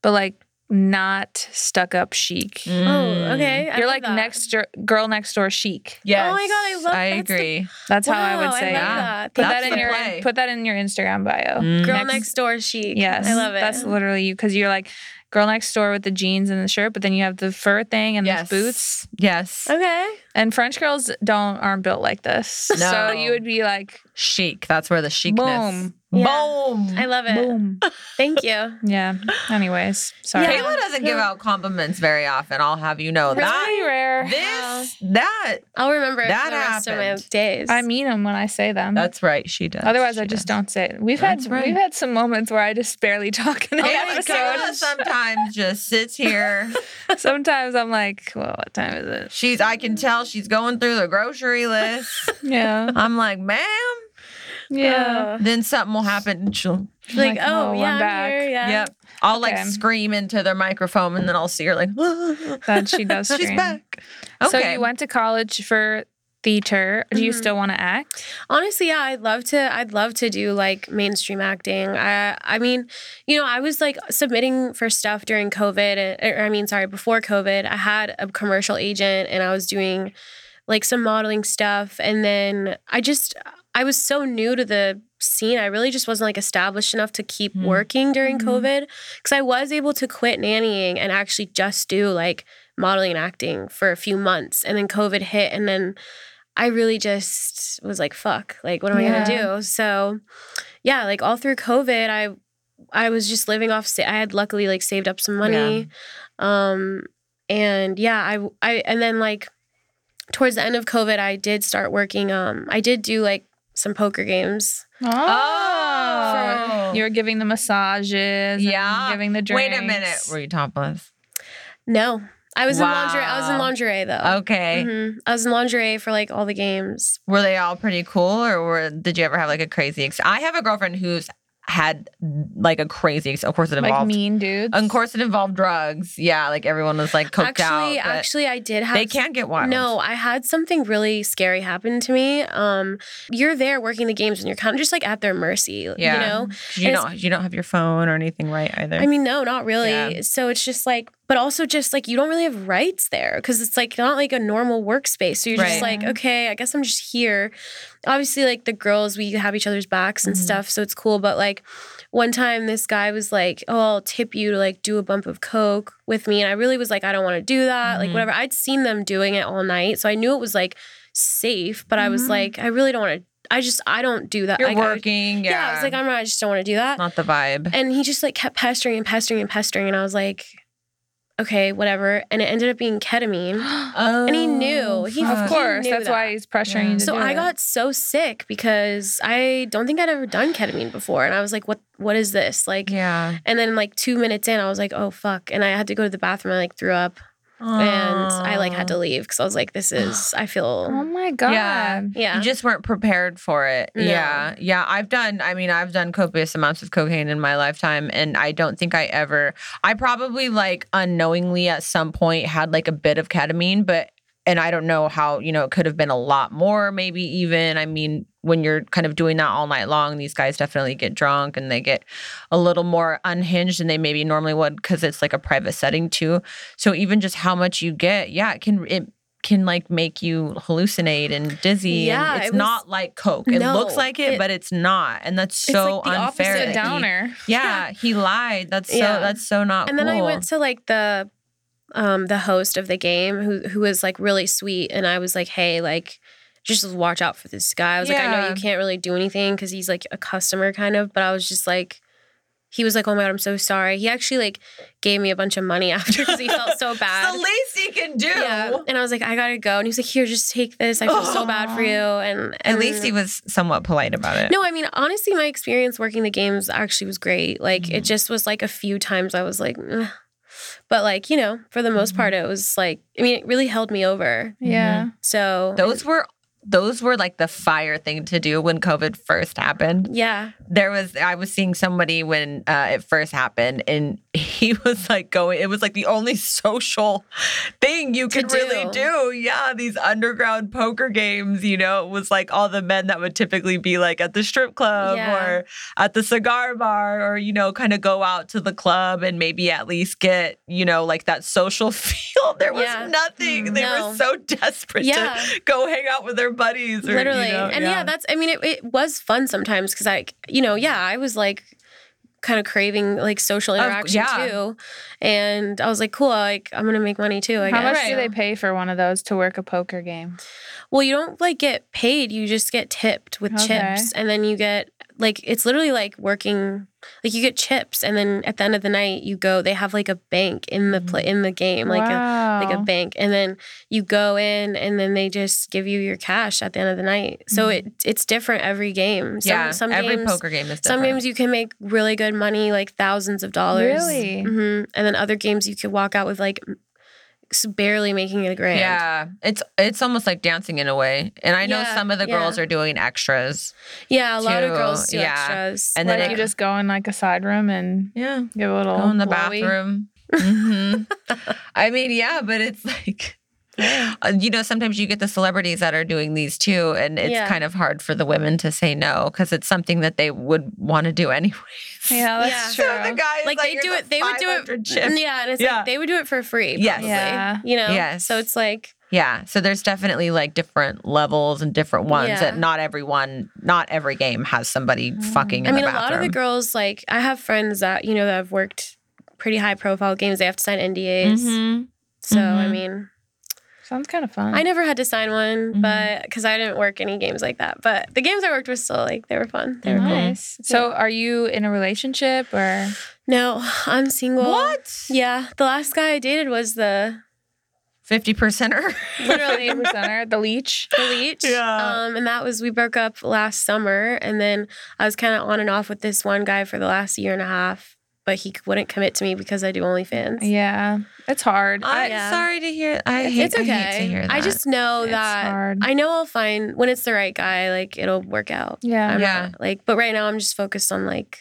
but like not stuck up chic. oh Mm. okay I You're love like that. next door, girl next door chic. Yes. Oh my God, I love- I that's the- agree. That's how I Wow, would say. love it. Yeah. that. Put That's that in the your play. put that in your Instagram bio. Mm. girl next- next, door chic Yes, i love it That's literally you because you're like girl next door with the jeans and the shirt, but then you have the fur thing and Yes. the boots. Yes. okay And French girls don't aren't built like this, No. so you would be like Chic. That's where the chicness. boom, Yeah. Boom. i love it boom. Thank you. yeah. Anyways, sorry. Yeah. Kayla doesn't give Yeah. out compliments very often. I'll have you know It's that. pretty rare. This, that. I'll remember That it for the rest of happened. my days. I mean them when I say them. That's right. She does. Otherwise, she I just does. don't say it. We've That's had right. Oh we've had some moments where I just barely [laughs] talk in an my Kayla, Kayla episode. sometimes just sits here. Sometimes I'm like, well, what time is it? She's. I can tell she's going through the grocery list. [laughs] Yeah, I'm like, ma'am. yeah. Uh, Then something will happen. And she'll. like, like, oh, oh, yeah, I'm I'm back. here, yeah. Yep. I'll Okay. like scream into their microphone, and then I'll see her like. [laughs] That she does. She's scream. back. Okay. So you went to college for theater. Do you Mhm. still want to act? Honestly, yeah, I'd love to. I'd love to do like mainstream acting. I, I mean, you know, I was like submitting for stuff during COVID. Or, I mean, sorry, before COVID, I had a commercial agent and I was doing like some modeling stuff. And then I just, I was so new to the scene. I really just wasn't like established enough to keep Mhm. working during Mhm. COVID because I was able to quit nannying and actually just do like modeling and acting for a few months. And then COVID hit. And then I really just was like, fuck, like, what am I Yeah. going to do? So, yeah, like all through COVID, I, I was just living off. Sa- I had luckily like saved up some money, um, and yeah, I, I, and then like towards the end of COVID, I did start working. Um, I did do like some poker games. Oh. Oh. You were giving the massages. Yeah. Yeah. giving the drinks. Wait a minute. Were you topless? No, I was in lingerie. I was in Wow. lingerie though. Okay. Mhm. I was in lingerie for like all the games. Were they all pretty cool, or were, did you ever have like a crazy? Ex- I have a girlfriend who's had like a crazy. Ex- of course, it Like involved. mean dudes. Of course, it involved drugs. Yeah, like everyone was like coked actually, out. but actually, I did have they can get wild. No, I had something really scary happen to me. Um, you're there working the games and you're kind of just like at their mercy. Yeah. You know? you it's- don't. You don't have your phone or anything, right? Either. I mean, no, not really. Yeah. So it's just like, but also just like you don't really have rights there because it's like not like a normal workspace. So you're just Right. like, okay, I guess I'm just here. Obviously, like the girls, we have each other's backs and Mhm. stuff. So it's cool. But like one time this guy was like, oh, I'll tip you to like do a bump of Coke with me. And I really was like, I don't want to do that. Mhm. Like whatever. I'd seen them doing it all night. So I knew it was like safe, but I was Mhm. like, I really don't want to. I just, I don't do that. you're Like, I- working. Yeah. yeah, I was like, I'm not, I just don't want to do that. not the vibe. And he just like kept pestering and pestering and pestering. And I was like, okay, whatever. And it ended up [gasps] being ketamine. Oh, he knew. He- fuck. Of course, knew that's why that. he's pressuring Yeah. you to So do I it. got so sick because I don't think I'd ever done ketamine before. And I was like, what what is this? Like yeah. and then like two minutes in, I was like, oh fuck. And I had to go to the bathroom. I like threw up and I like had to leave because I was like, [gasps] this is I Oh feel my god. Yeah. yeah. You just weren't prepared for it. No. Yeah. Yeah. I've done, I mean, I've done copious amounts of cocaine in my lifetime. And I don't think I ever, I probably like unknowingly at some point had like a bit of ketamine, but, and I don't know how, you know, it could have been a lot more, maybe even. I mean, when you're kind of doing that all night long, these guys definitely get drunk and they get a little more unhinged than they maybe normally would because it's like a private setting too. So even just how much you get, yeah, it can, it, can like make you hallucinate and dizzy Yeah, and it's it was- not like coke it No, looks like it, it- but it's not and that's It's so like the opposite unfair It's that a he- downer. yeah he lied that's so Yeah. that's so not and then I Oh, cool. went to like the um the host of the game who who was like really sweet and I was like, hey, like just watch out for this guy. I was like, I know Yeah. you can't really do anything because he's like a customer kind of, but I was just like he was like, Oh my god, I'm so sorry. He actually like gave me a bunch of money [laughs] after because he [laughs] felt so It's bad. the least he can do Yeah. And I was like, I gotta go. And he was like, here, just take this. I feel so bad for you. And, at and- least he was somewhat polite about it No, I mean, honestly, my experience working the games actually was great. Like, Mm-hmm. it just was like a few times I was like, "Ugh." but like, you know, for the most part, Mm-hmm. it was like, I mean, it really held me over. Yeah. So, those were those were like the fire thing to do when covid first happened yeah. there was i was seeing somebody when uh, it first happened and [laughs] he was like going it was like the only social thing you To could really do yeah these underground poker games you know it was like all the men that would typically be like at the strip club Yeah. or at the cigar bar or you know kind of go out to the club and maybe at least get you know like that social [laughs] feel there was Yeah. nothing Mm, they no. were so desperate Yeah. to go hang out with their buddies or, you Literally. know, and yeah. that's, I mean, it, it was fun sometimes because I, you know, yeah, I was like kind of craving like social Of- interaction yeah. too. And I was like, cool, like, I'm going to make money too. I How guess. much do they pay for one of those to work a poker game? Well, you don't like get paid. You just get tipped with Okay. chips, and then you get like it's literally like working. Like you get chips, and then at the end of the night, you go. They have like a bank in the Mm-hmm. pla in the game, like wow. a like a bank, and then you go in, and then they just give you your cash at the end of the night. So it it's different every game. Some, Mm-hmm. yeah, some every games, poker game is different. Some games you can make really good money, like thousands of dollars. Really? hmm And then other games you could walk out with like s- barely making a grand. Yeah, it's it's almost like dancing in a way. And I know Yeah, some of the girls are doing extras. Yeah, a lot of too. girls do Yeah. extras. And like then it- you just go in like a side room and Yeah, give a little Oh, go in the blowy. bathroom. hmm I mean, yeah, but it's like. uh, You know, sometimes you get the celebrities that are doing these too, and it's Yeah. kind of hard for the women to say no because it's something that they would want to do anyways. Yeah, that's So the true. guy is like, they "Here's do a it, they would do it. 500 chip." Yeah, and it's Yeah. like they would do it for free. Yes. Probably, Yeah. You know. Yes. So it's like Yeah. So there's definitely like different levels and different ones Yeah. Mm-hmm. that not everyone, not every game has somebody fucking in I mean, the a lot bathroom. of the girls like I have friends that you know that have worked pretty high profile games. They have to sign NDAs. Mm-hmm. Mhm. So I mhm. mean, Sounds kind of fun. I never had to sign one, Mm-hmm. Mhm. but because I didn't work any games like that. But the games I worked with still like they were fun. They were Mhm. cool. Nice. So, are you in a relationship or? No, I'm single. What? Yeah, the last guy I dated was the Fifty Oh, percenter. literally [laughs] Eight percenter, the leech. the [laughs] leech. Yeah. Um, and that was we broke up last summer, and then I was kind of on and off with this one guy for the last year and a half, but he wouldn't commit to me because I do OnlyFans. Yeah, it's hard. I'm yeah. sorry to hear. I hate. it's I okay. hate to hear that. I just know It's that hard. I know I'll find when it's the right guy, like it'll work out. yeah, I'm Yeah. not, like, but right now I'm just focused on like,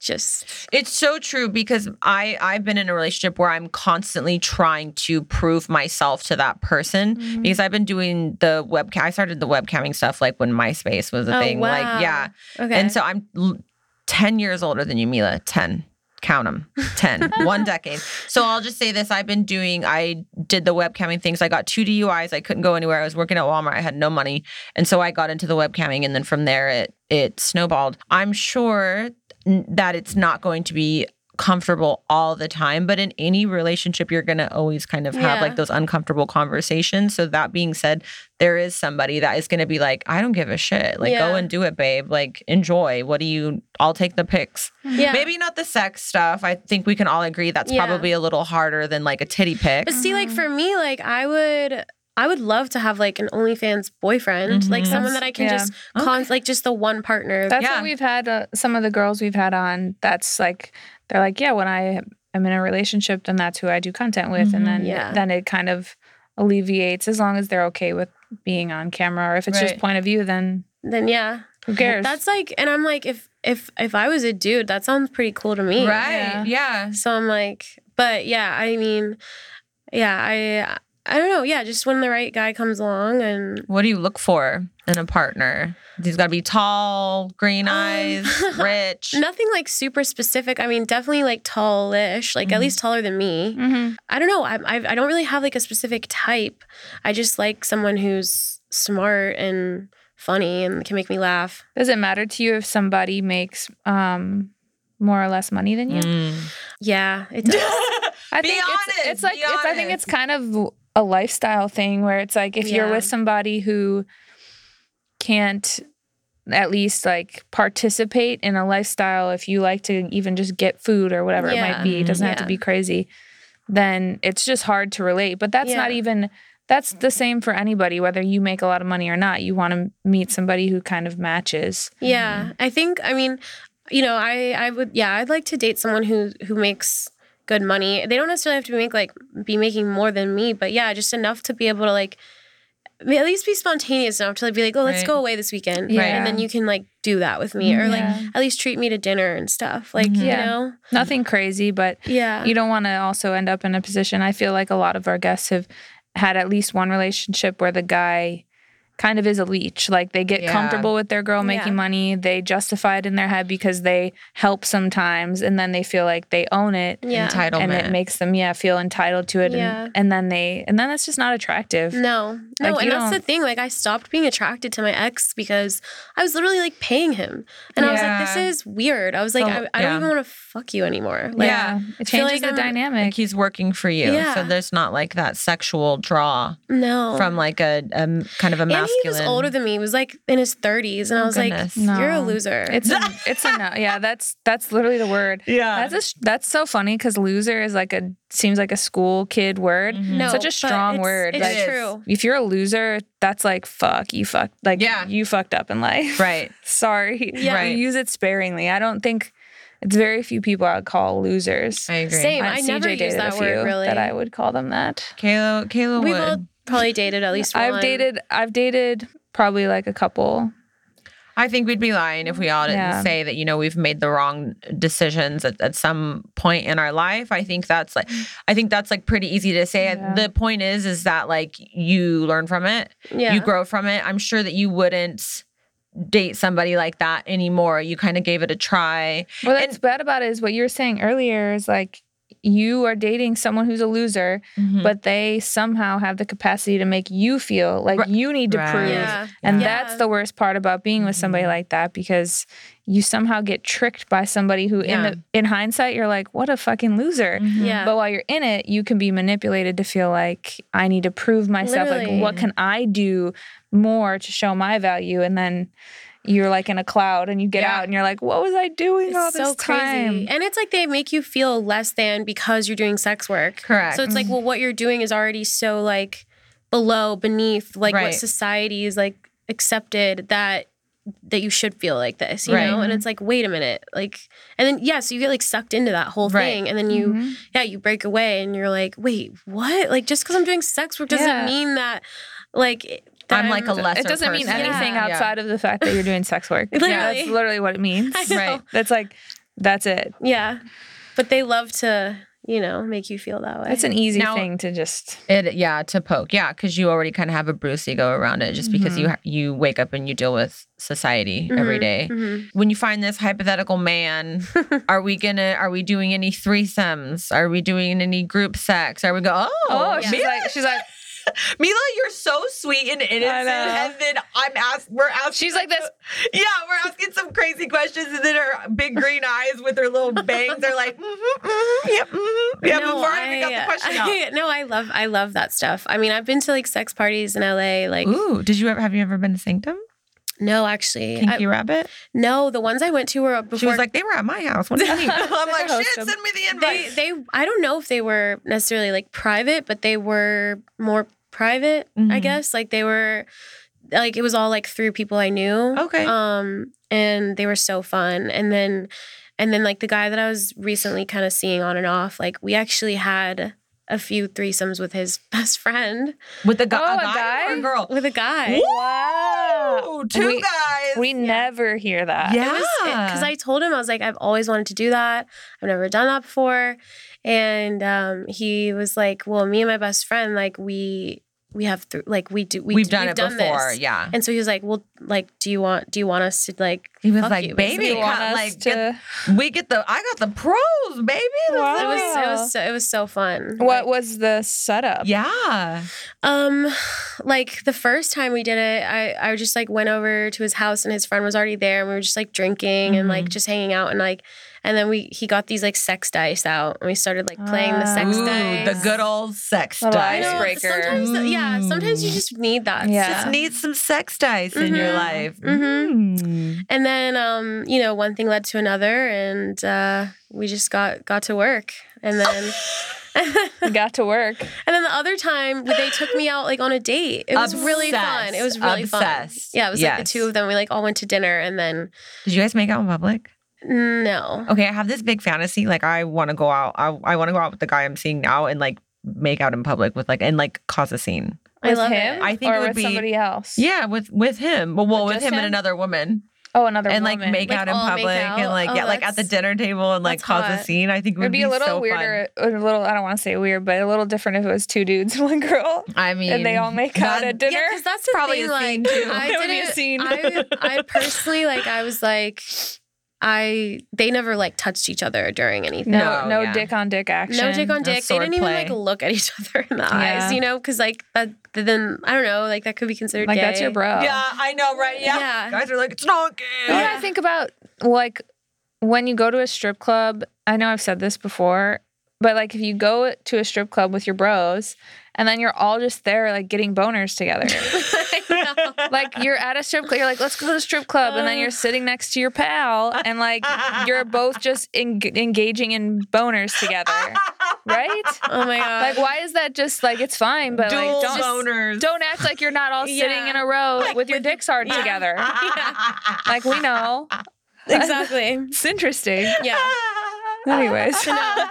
just It's so true because I I've been in a relationship where I'm constantly trying to prove myself to that person Mm-hmm. Mhm. because I've been doing the webcam. I started the webcamming stuff like when MySpace was a Oh, thing. wow. Like yeah, okay. and so I'm l- ten years older than you, Mila. Ten. Count them. [laughs] 10, one decade. So I'll just say this. I've been doing, I did the webcamming things. I got two DUIs. I couldn't go anywhere. I was working at Walmart. I had no money. And so I got into the webcamming. And then from there, it, it snowballed. I'm sure n- that it's not going to be comfortable all the time, but in any relationship, you're going to always kind of have Yeah. like those uncomfortable conversations. So, that being said, there is somebody that is going to be like, I don't give a shit. Like, go Yeah. and do it, babe. Like, enjoy. What do you, I'll take the pics. Yeah. Maybe not the sex stuff. I think we can all agree that's Yeah. probably a little harder than like a titty pic. But see, like for me, like I would I would love to have like an OnlyFans boyfriend, Mhm. like someone That's- that I can yeah. just con- like just the one partner. That's Yeah. what we've had. Uh, some of the girls we've had on. That's like they're like, yeah, when I am in a relationship, then that's who I do content with, Mhm. and then Yeah. then it kind of alleviates as long as they're okay with being on camera, or if it's Right. just point of view, then then yeah, who cares? that's like, and I'm like, if if if I was a dude, that sounds pretty cool to me, Right. Yeah. Yeah. So I'm like, but yeah, I mean, yeah, I I don't know, yeah, just when the right guy comes along and What do you look for in a partner? He's got to be tall, green Um, eyes, [laughs] rich. nothing like super specific. I mean, definitely like tallish, like Mhm. at least taller than me. Mhm. I don't know. I, I I don't really have like a specific type. I just like someone who's smart and funny and can make me laugh. Does it matter to you if somebody makes um, more or less money than you? Mm. Yeah, it [laughs] does. I Be think honest, it's, it's like be it's, I think honest. it's kind of a lifestyle thing where it's like if you're Yeah. with somebody who can't at least like participate in a lifestyle if you like to even just get food or whatever it Yeah. might be it doesn't have to Yeah. be crazy then it's just hard to relate but that's not Yeah. even that's the same for anybody whether you make a lot of money or not you want to meet somebody who kind of matches Mm-hmm. yeah, I think. I mean, you know, I I would. Yeah, I'd like to date someone who who makes good money. They don't necessarily have to make like be making more than me, but yeah, just enough to be able to like I mean, at least be spontaneous enough to like, be like, oh, let's Right. go away this weekend, Yeah. Mm-hmm. and then you can like do that with me, or like Yeah. Mm-hmm. at least treat me to dinner and stuff. Like you Yeah. know, nothing crazy but yeah, you don't want to also end up in a position i feel like a lot of our guests have had at least one relationship where the guy kind of is a leech like they get Yeah. comfortable with their girl making Yeah. money they justify it in their head because they help sometimes and then they feel like they own it yeah. Entitlement. and it makes them yeah feel entitled to it Yeah. and, and then they and then that's just not attractive No, no, Like, and you that's the don't- thing. Like, I stopped being attracted to my ex because I was literally like paying him, and I was like, "This Yeah. is weird." I was like, So- "I, I yeah. don't even want to fuck you anymore." Like, Yeah. it feel changes like the I'm- dynamic like he's working for you. So Yeah. there's not like that sexual draw no. from like a, a m- kind of a masculine. Oh, and he was older than me. He was like in his thirties, and I was goodness. like, "You're a No. loser." it's [laughs] a, it's a no yeah that's that's literally the word yeah. that's a, sh- that's so funny because loser is like a seems like a school kid word Mhm. no, such a but strong it's- word, It's like- It is. true. if you're a loser, that's like fuck you fucked like Yeah. you fucked up in life. Right. [laughs] Sorry. Yeah. Right. We use it sparingly. I don't think it's very few people I'd call losers. I agree. Same. I Uh, never CJ use dated a that word, few really. That I would call them that. Kayla, Kayla We've would. all probably dated at least. I've one. dated I've dated probably like a couple. I think we'd be lying if we all didn't Yeah. say that, you know, we've made the wrong decisions at, at some point in our life. I think that's like, I think that's like pretty easy to say. Yeah. The point is, is that like you learn from it, Yeah. you grow from it. I'm sure that you wouldn't date somebody like that anymore. You kind of gave it a try. What that's bad about it is what you were saying earlier is like you are dating someone who's a loser, Hmm. but they somehow have the capacity to make you feel like Right. you need to Right. prove yeah. And Yeah. Mm-hmm. that's the worst part about being with somebody Mhm. like that because you somehow get tricked by somebody who in Yeah. the in hindsight you're like, what a fucking loser. Mm, Yeah. Mm-hmm. But while you're in it, you can be manipulated to feel like I need to prove myself. Literally. Like what can I do more to show my value? And then you're like in a cloud and you get Yeah. out and you're like, what was I doing all It's this so time? crazy. And it's like they make you feel less than because you're doing sex work. Correct. So it's like, well, what you're doing is already so like below, beneath, like Right. what society is like accepted that that you should feel like this, you Right. know? And it's like, wait a minute, like, and then yeah, so you get like sucked into that whole Right. thing, and then Mm-hmm. you Mhm. yeah, you break away, and you're like, wait, what? Like just because I'm doing sex work doesn't Yeah. mean that like that I'm like a [laughs] lesser It doesn't mean person. anything Yeah. outside of the fact that you're doing sex work. Literally. That's literally what it means. [laughs] I know. Right. That's like that's it. yeah, but they love to you know make you feel that way. That's an easy Now- thing to just It yeah to poke yeah because you already kind of have a bruise ego around it just because you Mm-hmm. ha- you wake up and you deal with society every Mhm, day. mhm. Mm-hmm. When you find this [laughs] hypothetical man, are we gonna are we doing any threesomes? Are we doing any group sex? Are we go oh, Oh, yeah. [laughs] she's like, she's like, Mila, you're so sweet and innocent. know. And then I'm asked, we're asking, She's like this. [laughs] yeah, we're asking some crazy questions. And then her big green eyes with her little bangs are like, mm-hmm, mm-hmm, yep, mm-hmm. Yeah, we've already got the [laughs] question out. I- [laughs] no, I love I love that stuff. I mean, I've been to like sex parties in LA. Like, Ooh, did you ever have you ever been to Sanctum? no, actually, I- Kinky Rabbit? no. The ones I went to were before. She was like, they were at my house. What [laughs] do you mean? I'm like, They're shit, hosted. send me the invite. [laughs] they they I don't know if they were necessarily like private, but they were more private, I Mhm. guess. Like they were like it was all like through people I knew. Okay. Um and they were so fun. And then and then like the guy that I was recently kind of seeing on and off, like we actually had a few threesomes with his [laughs] best friend With a, gu- Oh, a a guy, or guy? a girl? with a guy. Woo! Wow. Two We- guys. We never hear that. yeah. Ah. because I told him I was like, I've always wanted to do that. I've never done that before, and um, he was like, Well, me and my best friend, like we we have th- like we do we we've d- done it before. this." Yeah. And so he was like, Well, like, do you want do you want us to like? He was fuck like, you, baby, You basically?" want cut, us like, get- to, we get the, I got the pros, baby. This is Wow. It was it Oh. Wow. was so, it was so fun. what Like, was the setup? Yeah. um, like the first time we did it, I I just like went over to his house and his friend was already there, and we were just like drinking and like Mhm. just hanging out and like. And then we he got these like sex dice out and we started like playing the sex Ooh, dice. the good old sex Little I dice. know, icebreaker. Sometimes, the- yeah, Ooh. sometimes you just need that. Yeah. Just need some sex dice in your Mhm. life. Mhm. Mm. And then, um, you know, one thing led to another, and uh, we just got got to work. And then, [laughs] and Got to work. then the other time, they took me out like on a date. It was really fun. It was really Obsessed. fun. Yeah, it was like the Yes. two of them. We like all went to dinner, and then Did you guys make out in public? no. Okay, I have this big fantasy. Like, I want to go out. I, I want to go out with the guy I'm seeing now and like make out in public with like and like cause a scene. I With love him? [laughs] it. I think or it would with be- somebody else. Yeah, with with him. Well, well With with just him, and him? another woman, Oh, another and like woman. make Like, out in all public make and out? like Oh, yeah, like at the that's- dinner table and like that's cause a hot. scene. I It think it would would be a little so weirder, a little. I don't want to say weird, but a little different if it was two dudes and one girl, Fun. I mean, and they all make out God- at dinner. Yeah, because that's the Probably thing. a scene, like, too. [laughs] I That would be a didn't- scene. I, I personally like. I was like, I they never like touched each other during anything. no, No, no, yeah. dick on dick action. No dick on That's dick. They didn't even like swordplay. look at each [laughs] other in the Yeah. eyes, you know, because like that. Then I don't know, like that could be considered Like gay. that's your bro. Yeah, I know, right? Yeah. Yeah. guys are like it's [laughs] not gay. You know what [laughs] I think about like when you go to a strip club. I know I've said this before, but like if you go to a strip club with your bros, and then you're all just there like getting boners together. [laughs] I know. like you're at a strip club, you're like, let's go to the strip club, and then you're sitting next to your pal, and like you're both just en- engaging in boners together, right? Oh my god. Like, why is that just like it's fine, but Dual like don't boners. don't [laughs] act like you're not all sitting Yeah. in a row with your dicks hard yeah. together. Like we know, exactly. it's interesting. [laughs] Yeah. [laughs] [laughs] Anyways, So no.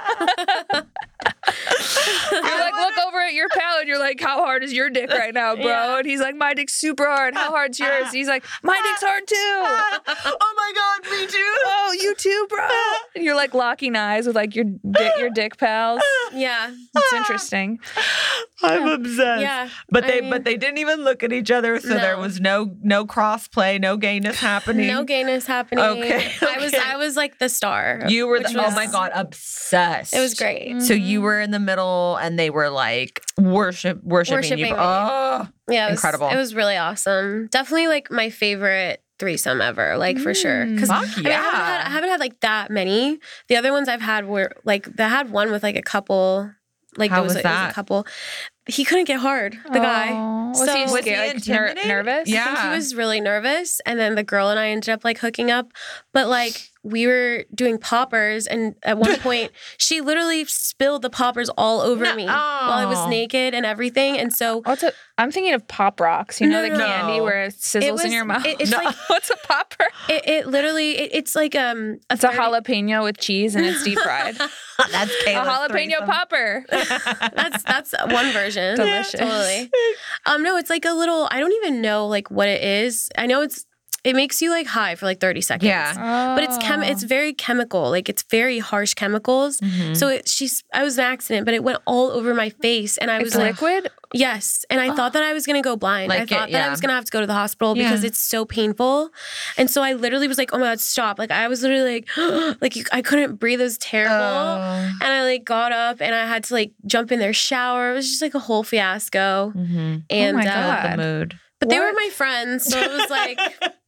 you're like look over at your pal, and you're like, how hard is your dick right now, bro? Yeah. And he's like, my dick's super hard. How hard's yours? He's like, my [laughs] dick's hard too. oh my god, me too. Oh, you too, bro. And you're like locking eyes with like your di- your dick pals. Yeah. [laughs] It's interesting. [laughs] I'm obsessed. Yeah. But I they mean- but they didn't even look at each other, so there No. was no no cross play, no gayness happening. [laughs] No gayness happening. Okay, I was okay. I was like the star. You were which the, oh was- my god, obsessed. It was great. Mm-hmm. So you were in the middle and they were like worship worshiping, Worshiping you. me. Oh. Yeah, it was, Incredible. It was really awesome. Definitely like my favorite threesome ever, like for sure. Because Fuck I, mean, I haven't had, I haven't had like that many. The other ones I've had were like I had one with like a couple. Like How it was was, a, it was that? a couple. He couldn't get hard. The guy. Aw, was So- he, Mm-hmm. Was he scared, like, ner- intimidated? nervous? Yeah. I think he was really nervous, and then the girl and I ended up like hooking up. But like we were doing poppers, and at one point she literally spilled the poppers all over No. me while I was Oh. naked and everything. And so What's a, I'm thinking of pop rocks. You know No, the no, no. candy where it sizzles It was- in your mouth. it- [laughs] it's No. like- what's a popper? it, it literally it, it's like um It's a 30 jalapeno with cheese and it's deep [laughs] fried. a [laughs] That's Kayla's jalapeno threesome. popper. That's that's one version. Delicious. Totally. Um, no, it's like a little. I don't even know like what it is. I know it's. it makes you like high for like 30 seconds. Yeah. But [laughs] But it's chem it's very chemical. Like it's very harsh chemicals. Mm-hmm. So it, she's I was an accident, but it went all over my face and I was it's [gasps] like liquid. Yes. And I thought that I was going to go blind. I Like it- thought that yeah. I was going to have to go to the hospital because Yeah. it's so painful. And so I literally was like, oh my God, stop. Like, I was literally like, [gasps] like you, I couldn't breathe. It was terrible. Oh. And I like got up and I had to like jump in their shower. It was just like a whole fiasco. Mhm. And, Oh my uh, God. The mood. but they were What? my friends. So it [laughs] was like,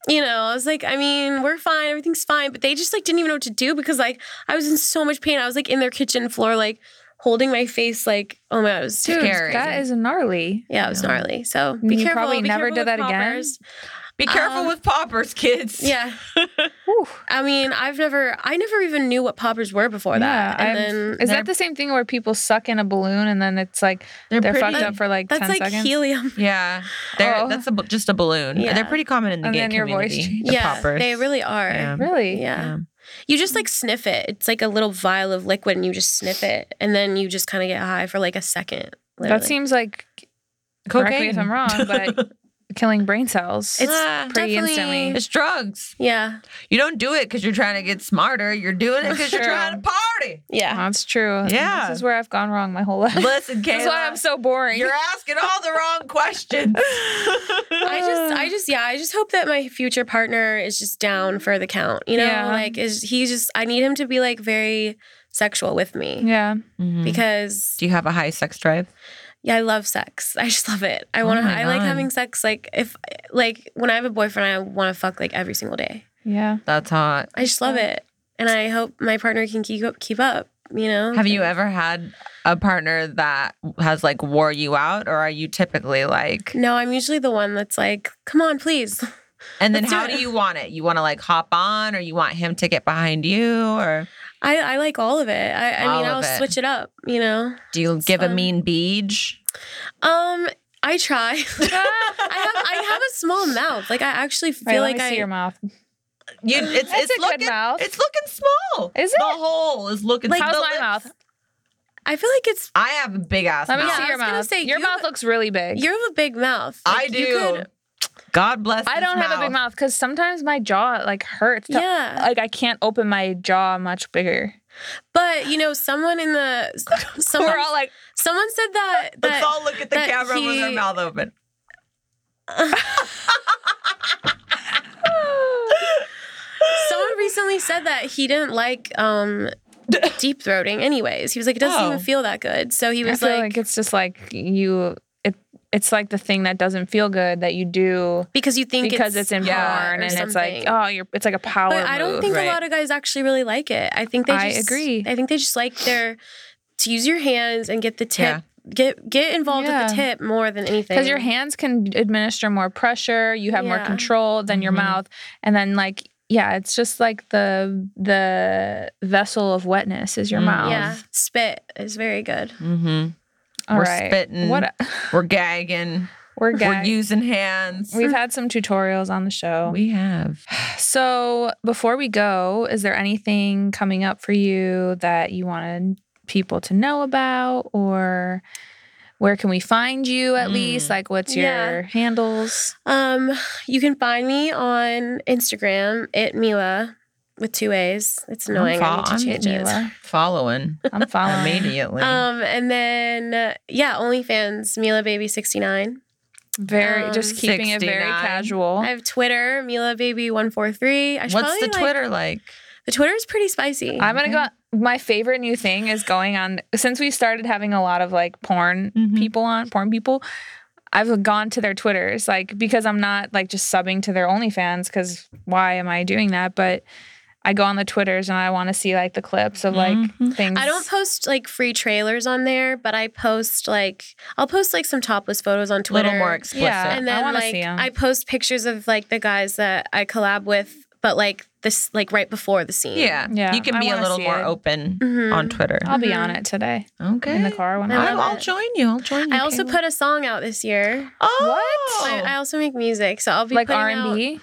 you know, I was like, I mean, we're fine. Everything's fine. But they just like didn't even know what to do because like I was in so much pain. I was like in their kitchen floor, like holding my face, like, oh my God, it was Dude, Scary. that is gnarly. yeah, it was Yeah. gnarly. So And be you careful. probably be never careful did with that again? poppers. Be careful um, with poppers, kids. Yeah, Whew. I mean, I've never, I never even knew what poppers were before Yeah, that. And I've- then Is They're- that the same thing where people suck in a balloon and then it's like They're, they're pretty. fucked up for like that's ten like seconds? helium. Yeah, they're Oh. that's a, bu- just a balloon. Yeah. They're pretty common in the And gay then your voice community. changes. the yeah, poppers. they really are. Yeah. Yeah. really? Yeah. you just like sniff it. It's like a little vial of liquid, and you just sniff it, and then you just kind of get high for like a second. That literally. seems like correct me if I'm wrong, but [laughs] killing brain cells. It's Ah, pretty definitely- instantly. it's drugs. yeah, You don't do it because you're trying to get smarter. You're doing it because you're True. trying to party. yeah. That's true. And Yeah. This is where I've gone wrong my whole life. Listen, [laughs] Kayla, That's why I'm so boring. you're asking all the [laughs] wrong questions. I [laughs] just, I just, yeah, I just hope that my future partner is just down for the count. You know, Yeah. like is he's just, I need him to be like very sexual with me [laughs] yeah. Mhm. because Do you have a high sex drive? Yeah, I love sex. I just love it. I want to. my I like God. having sex. Like if, like when I have a boyfriend, I want to fuck like every single day. Yeah. That's hot. I just love it, and I hope my partner can keep up. Keep up. You know. Have you ever had a partner that has like wore you out, or are you typically like? No, I'm usually the one that's like, "Come on, please." And then Let's do how it. do you want it? You want to like hop on, or you want him to get behind you, or I I like all of it. I, I All mean, of I'll it. switch it up. You know. do you give a fun. mean beej? Um, I try. [laughs] I have I have a small mouth. Like I actually feel All right, let like me I. see your mouth. [sighs] You, it's That's it's a good looking mouth. it's looking small. Is The it? hole is looking. Like, How's the my lips- mouth? [laughs] I feel like it's. I have a big ass Let me mouth. Yeah, see I your was gonna mouth. say, your you- mouth looks really big. You have a big mouth. I Like, do. you could- God bless. I his don't have a big mouth because sometimes my jaw like hurts. to- yeah. Like I can't open my jaw much bigger. But you know, someone in the someone, [laughs] We're all like, someone said that Let's that all look at the that camera with our he- [laughs] mouth open. someone recently said that he didn't like um deep throating anyways. He was like, it doesn't Oh. even feel that good. So he I was feel like, like it's just like you. It it's like the thing that doesn't feel good that you do because you think because it's, in yeah, porn and or it's like something. oh you're it's like a power But I don't move. think right. a lot of guys actually really like it. I think they I just agree. I think they just like their to use your hands and get the tip. Yeah. Get get involved with the Yeah. tip more than anything. because your hands can administer more pressure you have more Yeah. control than your Mhm. mouth and then like yeah it's just like the the vessel of wetness is your Mm. mouth Yeah. Spit is very good. Mm-hmm. All We're right. spitting. what We're gagging. we're We're getting using hands. we've had some tutorials on the show we have. so before we go is there anything coming up for you that you wanted people to know about or where can we find you at Mm. least like what's your Yeah. handles Um, you can find me on Instagram at Mila with two A's. It's annoying. I need fo- I'm to change it. Mila. Following i'm following immediately. Um, and then uh, yeah, OnlyFans Mila Baby sixty nine. Very just Um, keeping it very 69. casual. I have Twitter Mila Baby one four three. I should What's probably, the like- Twitter like? the Twitter is pretty spicy. I'm gonna go. My favorite new thing is going on since we started having a lot of like porn Mm-hmm. Mhm. people on porn people. I've gone to their Twitters like because I'm not like just subbing to their OnlyFans because why am I doing that? But I go on the Twitters and I want to see like the clips of like Mm-hmm. things. Mm-hmm. I don't post like free trailers on there, but I post like I'll post like some topless photos on A Twitter. little more explicit. Yeah. and I then wanna like see 'em. I post pictures of like the guys that I collab with, but like this like right before the scene. Yeah. Yeah, You can I be a wanna little see more it. open Mhm. on Twitter. I'll be on it today Okay. in the car when Eh? I I. I'll, love I'll it. join you. I'll join you. I also Kayla. put a song out this year. Oh. I, I also make music, so I'll be Like putting R out- and B,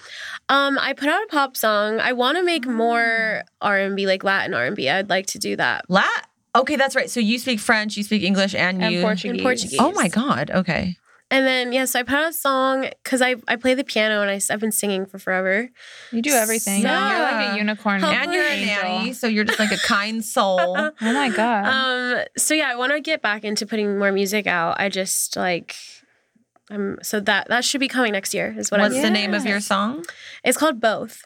Um, I put out a pop song. I want to make more R and B, like Latin R and B. I'd like to do that. Lat. Okay, that's right. So you speak French, you speak English, and you. and Portuguese. Portuguese. Oh my God. Okay. And then yeah, so I put out a song because I I play the piano and I, have been singing for forever. You do everything. You're like Yeah. a unicorn. Help And you're a angel. nanny, so you're just like a [laughs] kind soul. Oh my god. Um, so yeah, I want to get back into putting more music out. I just like. Um, so that that should be coming next year is what What's I'm the name of your [laughs] song? It's called Both.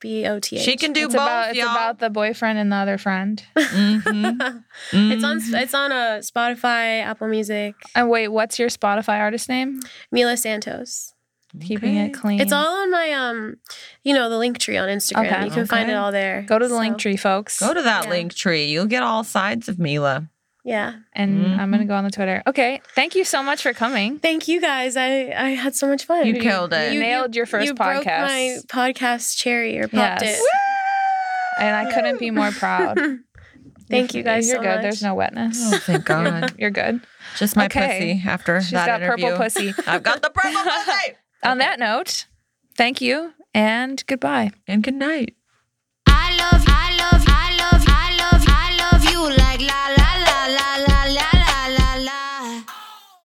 B O T H. She can do it's both, about it's y'all. about the boyfriend and the other friend. Mhm. [laughs] it's on Mhm. it's on uh, Spotify, Apple Music. And wait, what's your Spotify artist name? Mila Santos. Keeping mm-hmm. Okay. it clean. It's all on my um, you know, the link tree on Instagram. Okay. you can find Okay. it all there. Go to the So, link tree, folks. Go to that Yeah. link tree. You'll get all sides of [laughs] Mila. Yeah. and I'm Mhm. gonna go on the Twitter. Okay. Thank you so much for coming. Thank you guys. I I had so much fun. You killed it. You nailed your first you podcast. broke my podcast cherry or popped Yes. it. And I couldn't be more proud. [laughs] Thank you guys You're so good. much. There's no wetness. Oh, thank God. [laughs] You're good. Just my Okay. pussy after She's that got interview. purple pussy. I've got [laughs] the purple pussy. On that note, thank you and goodbye. And good night.